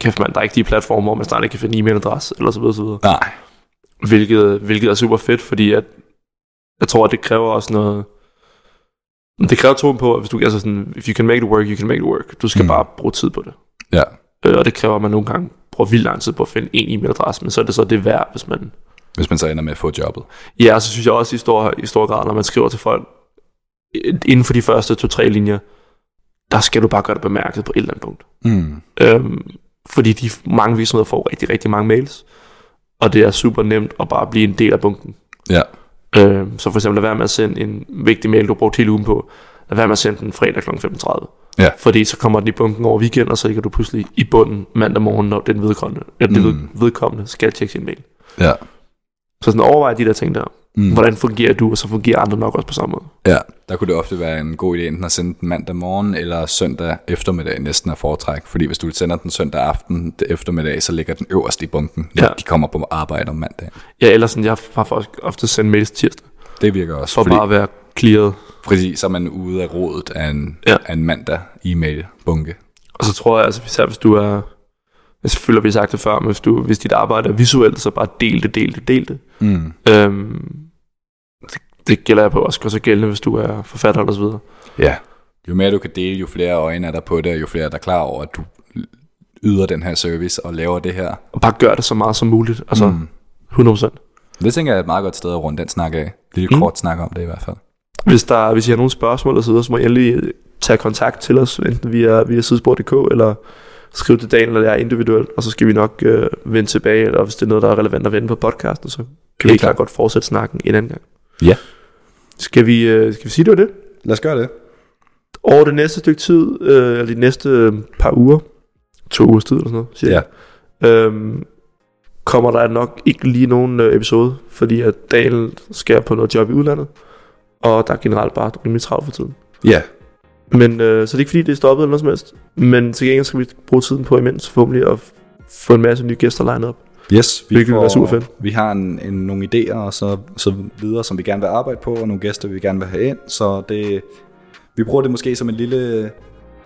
A: kæft man, der er ikke de platforme, hvor man snart ikke kan finde e-mailadresse, eller så videre, så videre.
B: Nej.
A: Hvilket, hvilket er super fedt, fordi at, jeg tror, at det kræver også noget... Det kræver troen på, at hvis du, altså sådan, if you can make it work, you can make it work. Du skal
B: Mm.
A: mm. bare bruge tid på det.
B: Ja.
A: Øh, og det kræver, at man nogle gange bruger vildt lang tid på at finde en e-mailadresse, men så er det så det værd, hvis man...
B: Hvis man så ender med at få jobbet.
A: Ja, og så synes jeg også i stor, i stor grad, når man skriver til folk, øh, inden for de første to-tre linjer, der skal du bare gøre det bemærket på et eller andet punkt.
B: Mm.
A: Øhm, fordi de mange virksomheder får rigtig, rigtig mange mails, og det er super nemt at bare blive en del af bunken.
B: Ja.
A: Øhm, så for eksempel lad være med at sende en vigtig mail, du brugte hele ugen på, lad være med at sende den fredag kl. 15.30.
B: Ja.
A: Fordi så kommer den i bunken over weekend, og så ligger du pludselig i bunden mandag morgen, når den vedkommende, eller mm.
B: Mm.
A: det vedkommende skal tjekke sin mail.
B: Ja.
A: Så sådan overvej de der ting der.
B: Mm.
A: Hvordan fungerer du, og så fungerer andre nok også på samme måde.
B: Ja, der kunne det ofte være en god idé enten at sende den mandag morgen eller søndag eftermiddag næsten af foretræk. Fordi hvis du sender den søndag aften det eftermiddag, så ligger den øverst i bunken, når
A: Ja.
B: de kommer på arbejde om mandag.
A: Ja, ellers sådan, jeg har faktisk ofte sendt mails tirsdag,
B: Det virker også,
A: for
B: fordi
A: bare at være clearet.
B: præcis, så er man ude af rådet af en, ja.
A: Ja.
B: af en mandag e-mail-bunke.
A: Og så tror jeg, altså, især hvis du er... Jeg selvfølgelig har vi sagt det før, men hvis, du, hvis dit arbejde er visuelt, så bare del det, del det, del det.
B: Mm.
A: Øhm, det, det gælder jeg på også, gør sig gældende, hvis du er forfatter eller så videre.
B: Ja. Jo mere du kan dele, jo flere øjne er der på det, og jo flere er der klar over, at du yder den her service og laver det her.
A: Og bare gør det så meget som muligt, altså mm. 100%.
B: Det tænker jeg er et meget godt sted at runde den snak af. Lidt mm.
A: Mm.
B: kort snak om det i hvert fald.
A: Hvis, der, hvis I har nogle spørgsmål og så videre, så må I endelig øh, tage kontakt til os, enten via, via sidespor.dk, eller skriv til Daniel eller jeg individuelt, og så skal vi nok øh, vende tilbage, eller hvis det er noget, der er relevant at vende på podcasten, så kan vi
B: Helt
A: helt klart
B: klart.
A: godt fortsætte snakken en anden gang.
B: Ja.
A: Skal vi, øh, skal vi sige, det var det?
B: Lad os gøre det.
A: Over det næste stykke tid, øh, eller de næste øh, par uger, to ugers tid eller sådan noget, cirka, ja. øhm, kommer der nok ikke lige nogen øh, episode, fordi at Daniel skal på noget job i udlandet, og der er generelt bare rimelig travlt for tiden.
B: Ja.
A: Men, øh, så det er ikke fordi, det er stoppet eller noget som helst, men til gengæld skal vi bruge tiden på imens forhåbentlig at f- få en masse nye gæster lined op.
B: Yes,
A: Hvilket vil være super fedt.
B: vi har en, en, nogle idéer og så, så videre, som vi gerne vil arbejde på, og nogle gæster, vi gerne vil have ind. Så det, vi bruger det måske som en lille,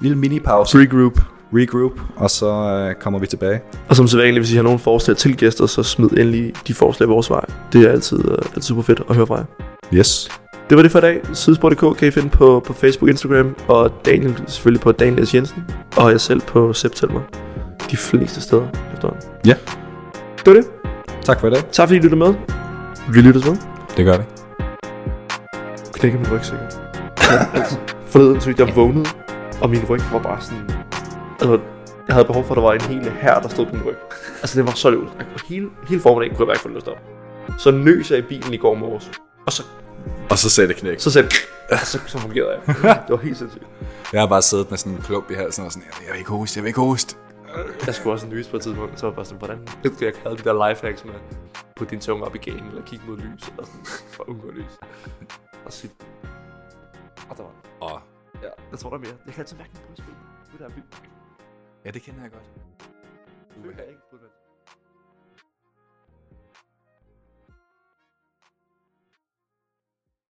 B: lille mini-pause,
A: Regroup.
B: regroup, og så øh, kommer vi tilbage.
A: Og som sædvanligt, hvis I har nogle forslag til gæster, så smid endelig de forslag vores vej. Det er altid, øh, altid super fedt at høre fra jer.
B: Yes.
A: Det var det for i dag. Sidespor.dk kan I finde på, på Facebook, Instagram, og Daniel selvfølgelig på Daniel S. Jensen, og jeg selv på September. De fleste steder efterhånden.
B: Ja.
A: Det var det.
B: Tak for i dag.
A: Tak fordi I lyttede med. Vi lyttes med.
B: Det gør vi.
A: Knækker min ryg sikkert. Forleden så jeg vågnede, og min ryg var bare sådan... Altså, jeg havde behov for, at der var en hel her, der stod på min ryg. Altså, det var så løbet. Og hele, hele formiddagen kunne jeg bare ikke få lyst op. Så nøs jeg i bilen i går morges. Og så,
B: Og så sagde det knæk.
A: så sagde jeg, så, så fungerede jeg. Det var helt sindssygt.
B: Jeg har bare siddet med sådan en klump i halsen og sådan, jeg vil ikke hoste, jeg vil ikke hoste.
A: Jeg skulle også nyse på et tidspunkt, så var jeg bare sådan, hvordan skal jeg kalde de der lifehacks med på din tunge op i ganen, eller kigge mod lys, eller sådan, for at undgå lys. Og så og der var,
B: Og
A: ja, jeg tror der er mere. Jeg kan altid mærke den på spil. Det der er vildt.
B: ja, det kender jeg godt.
A: Det er ikke.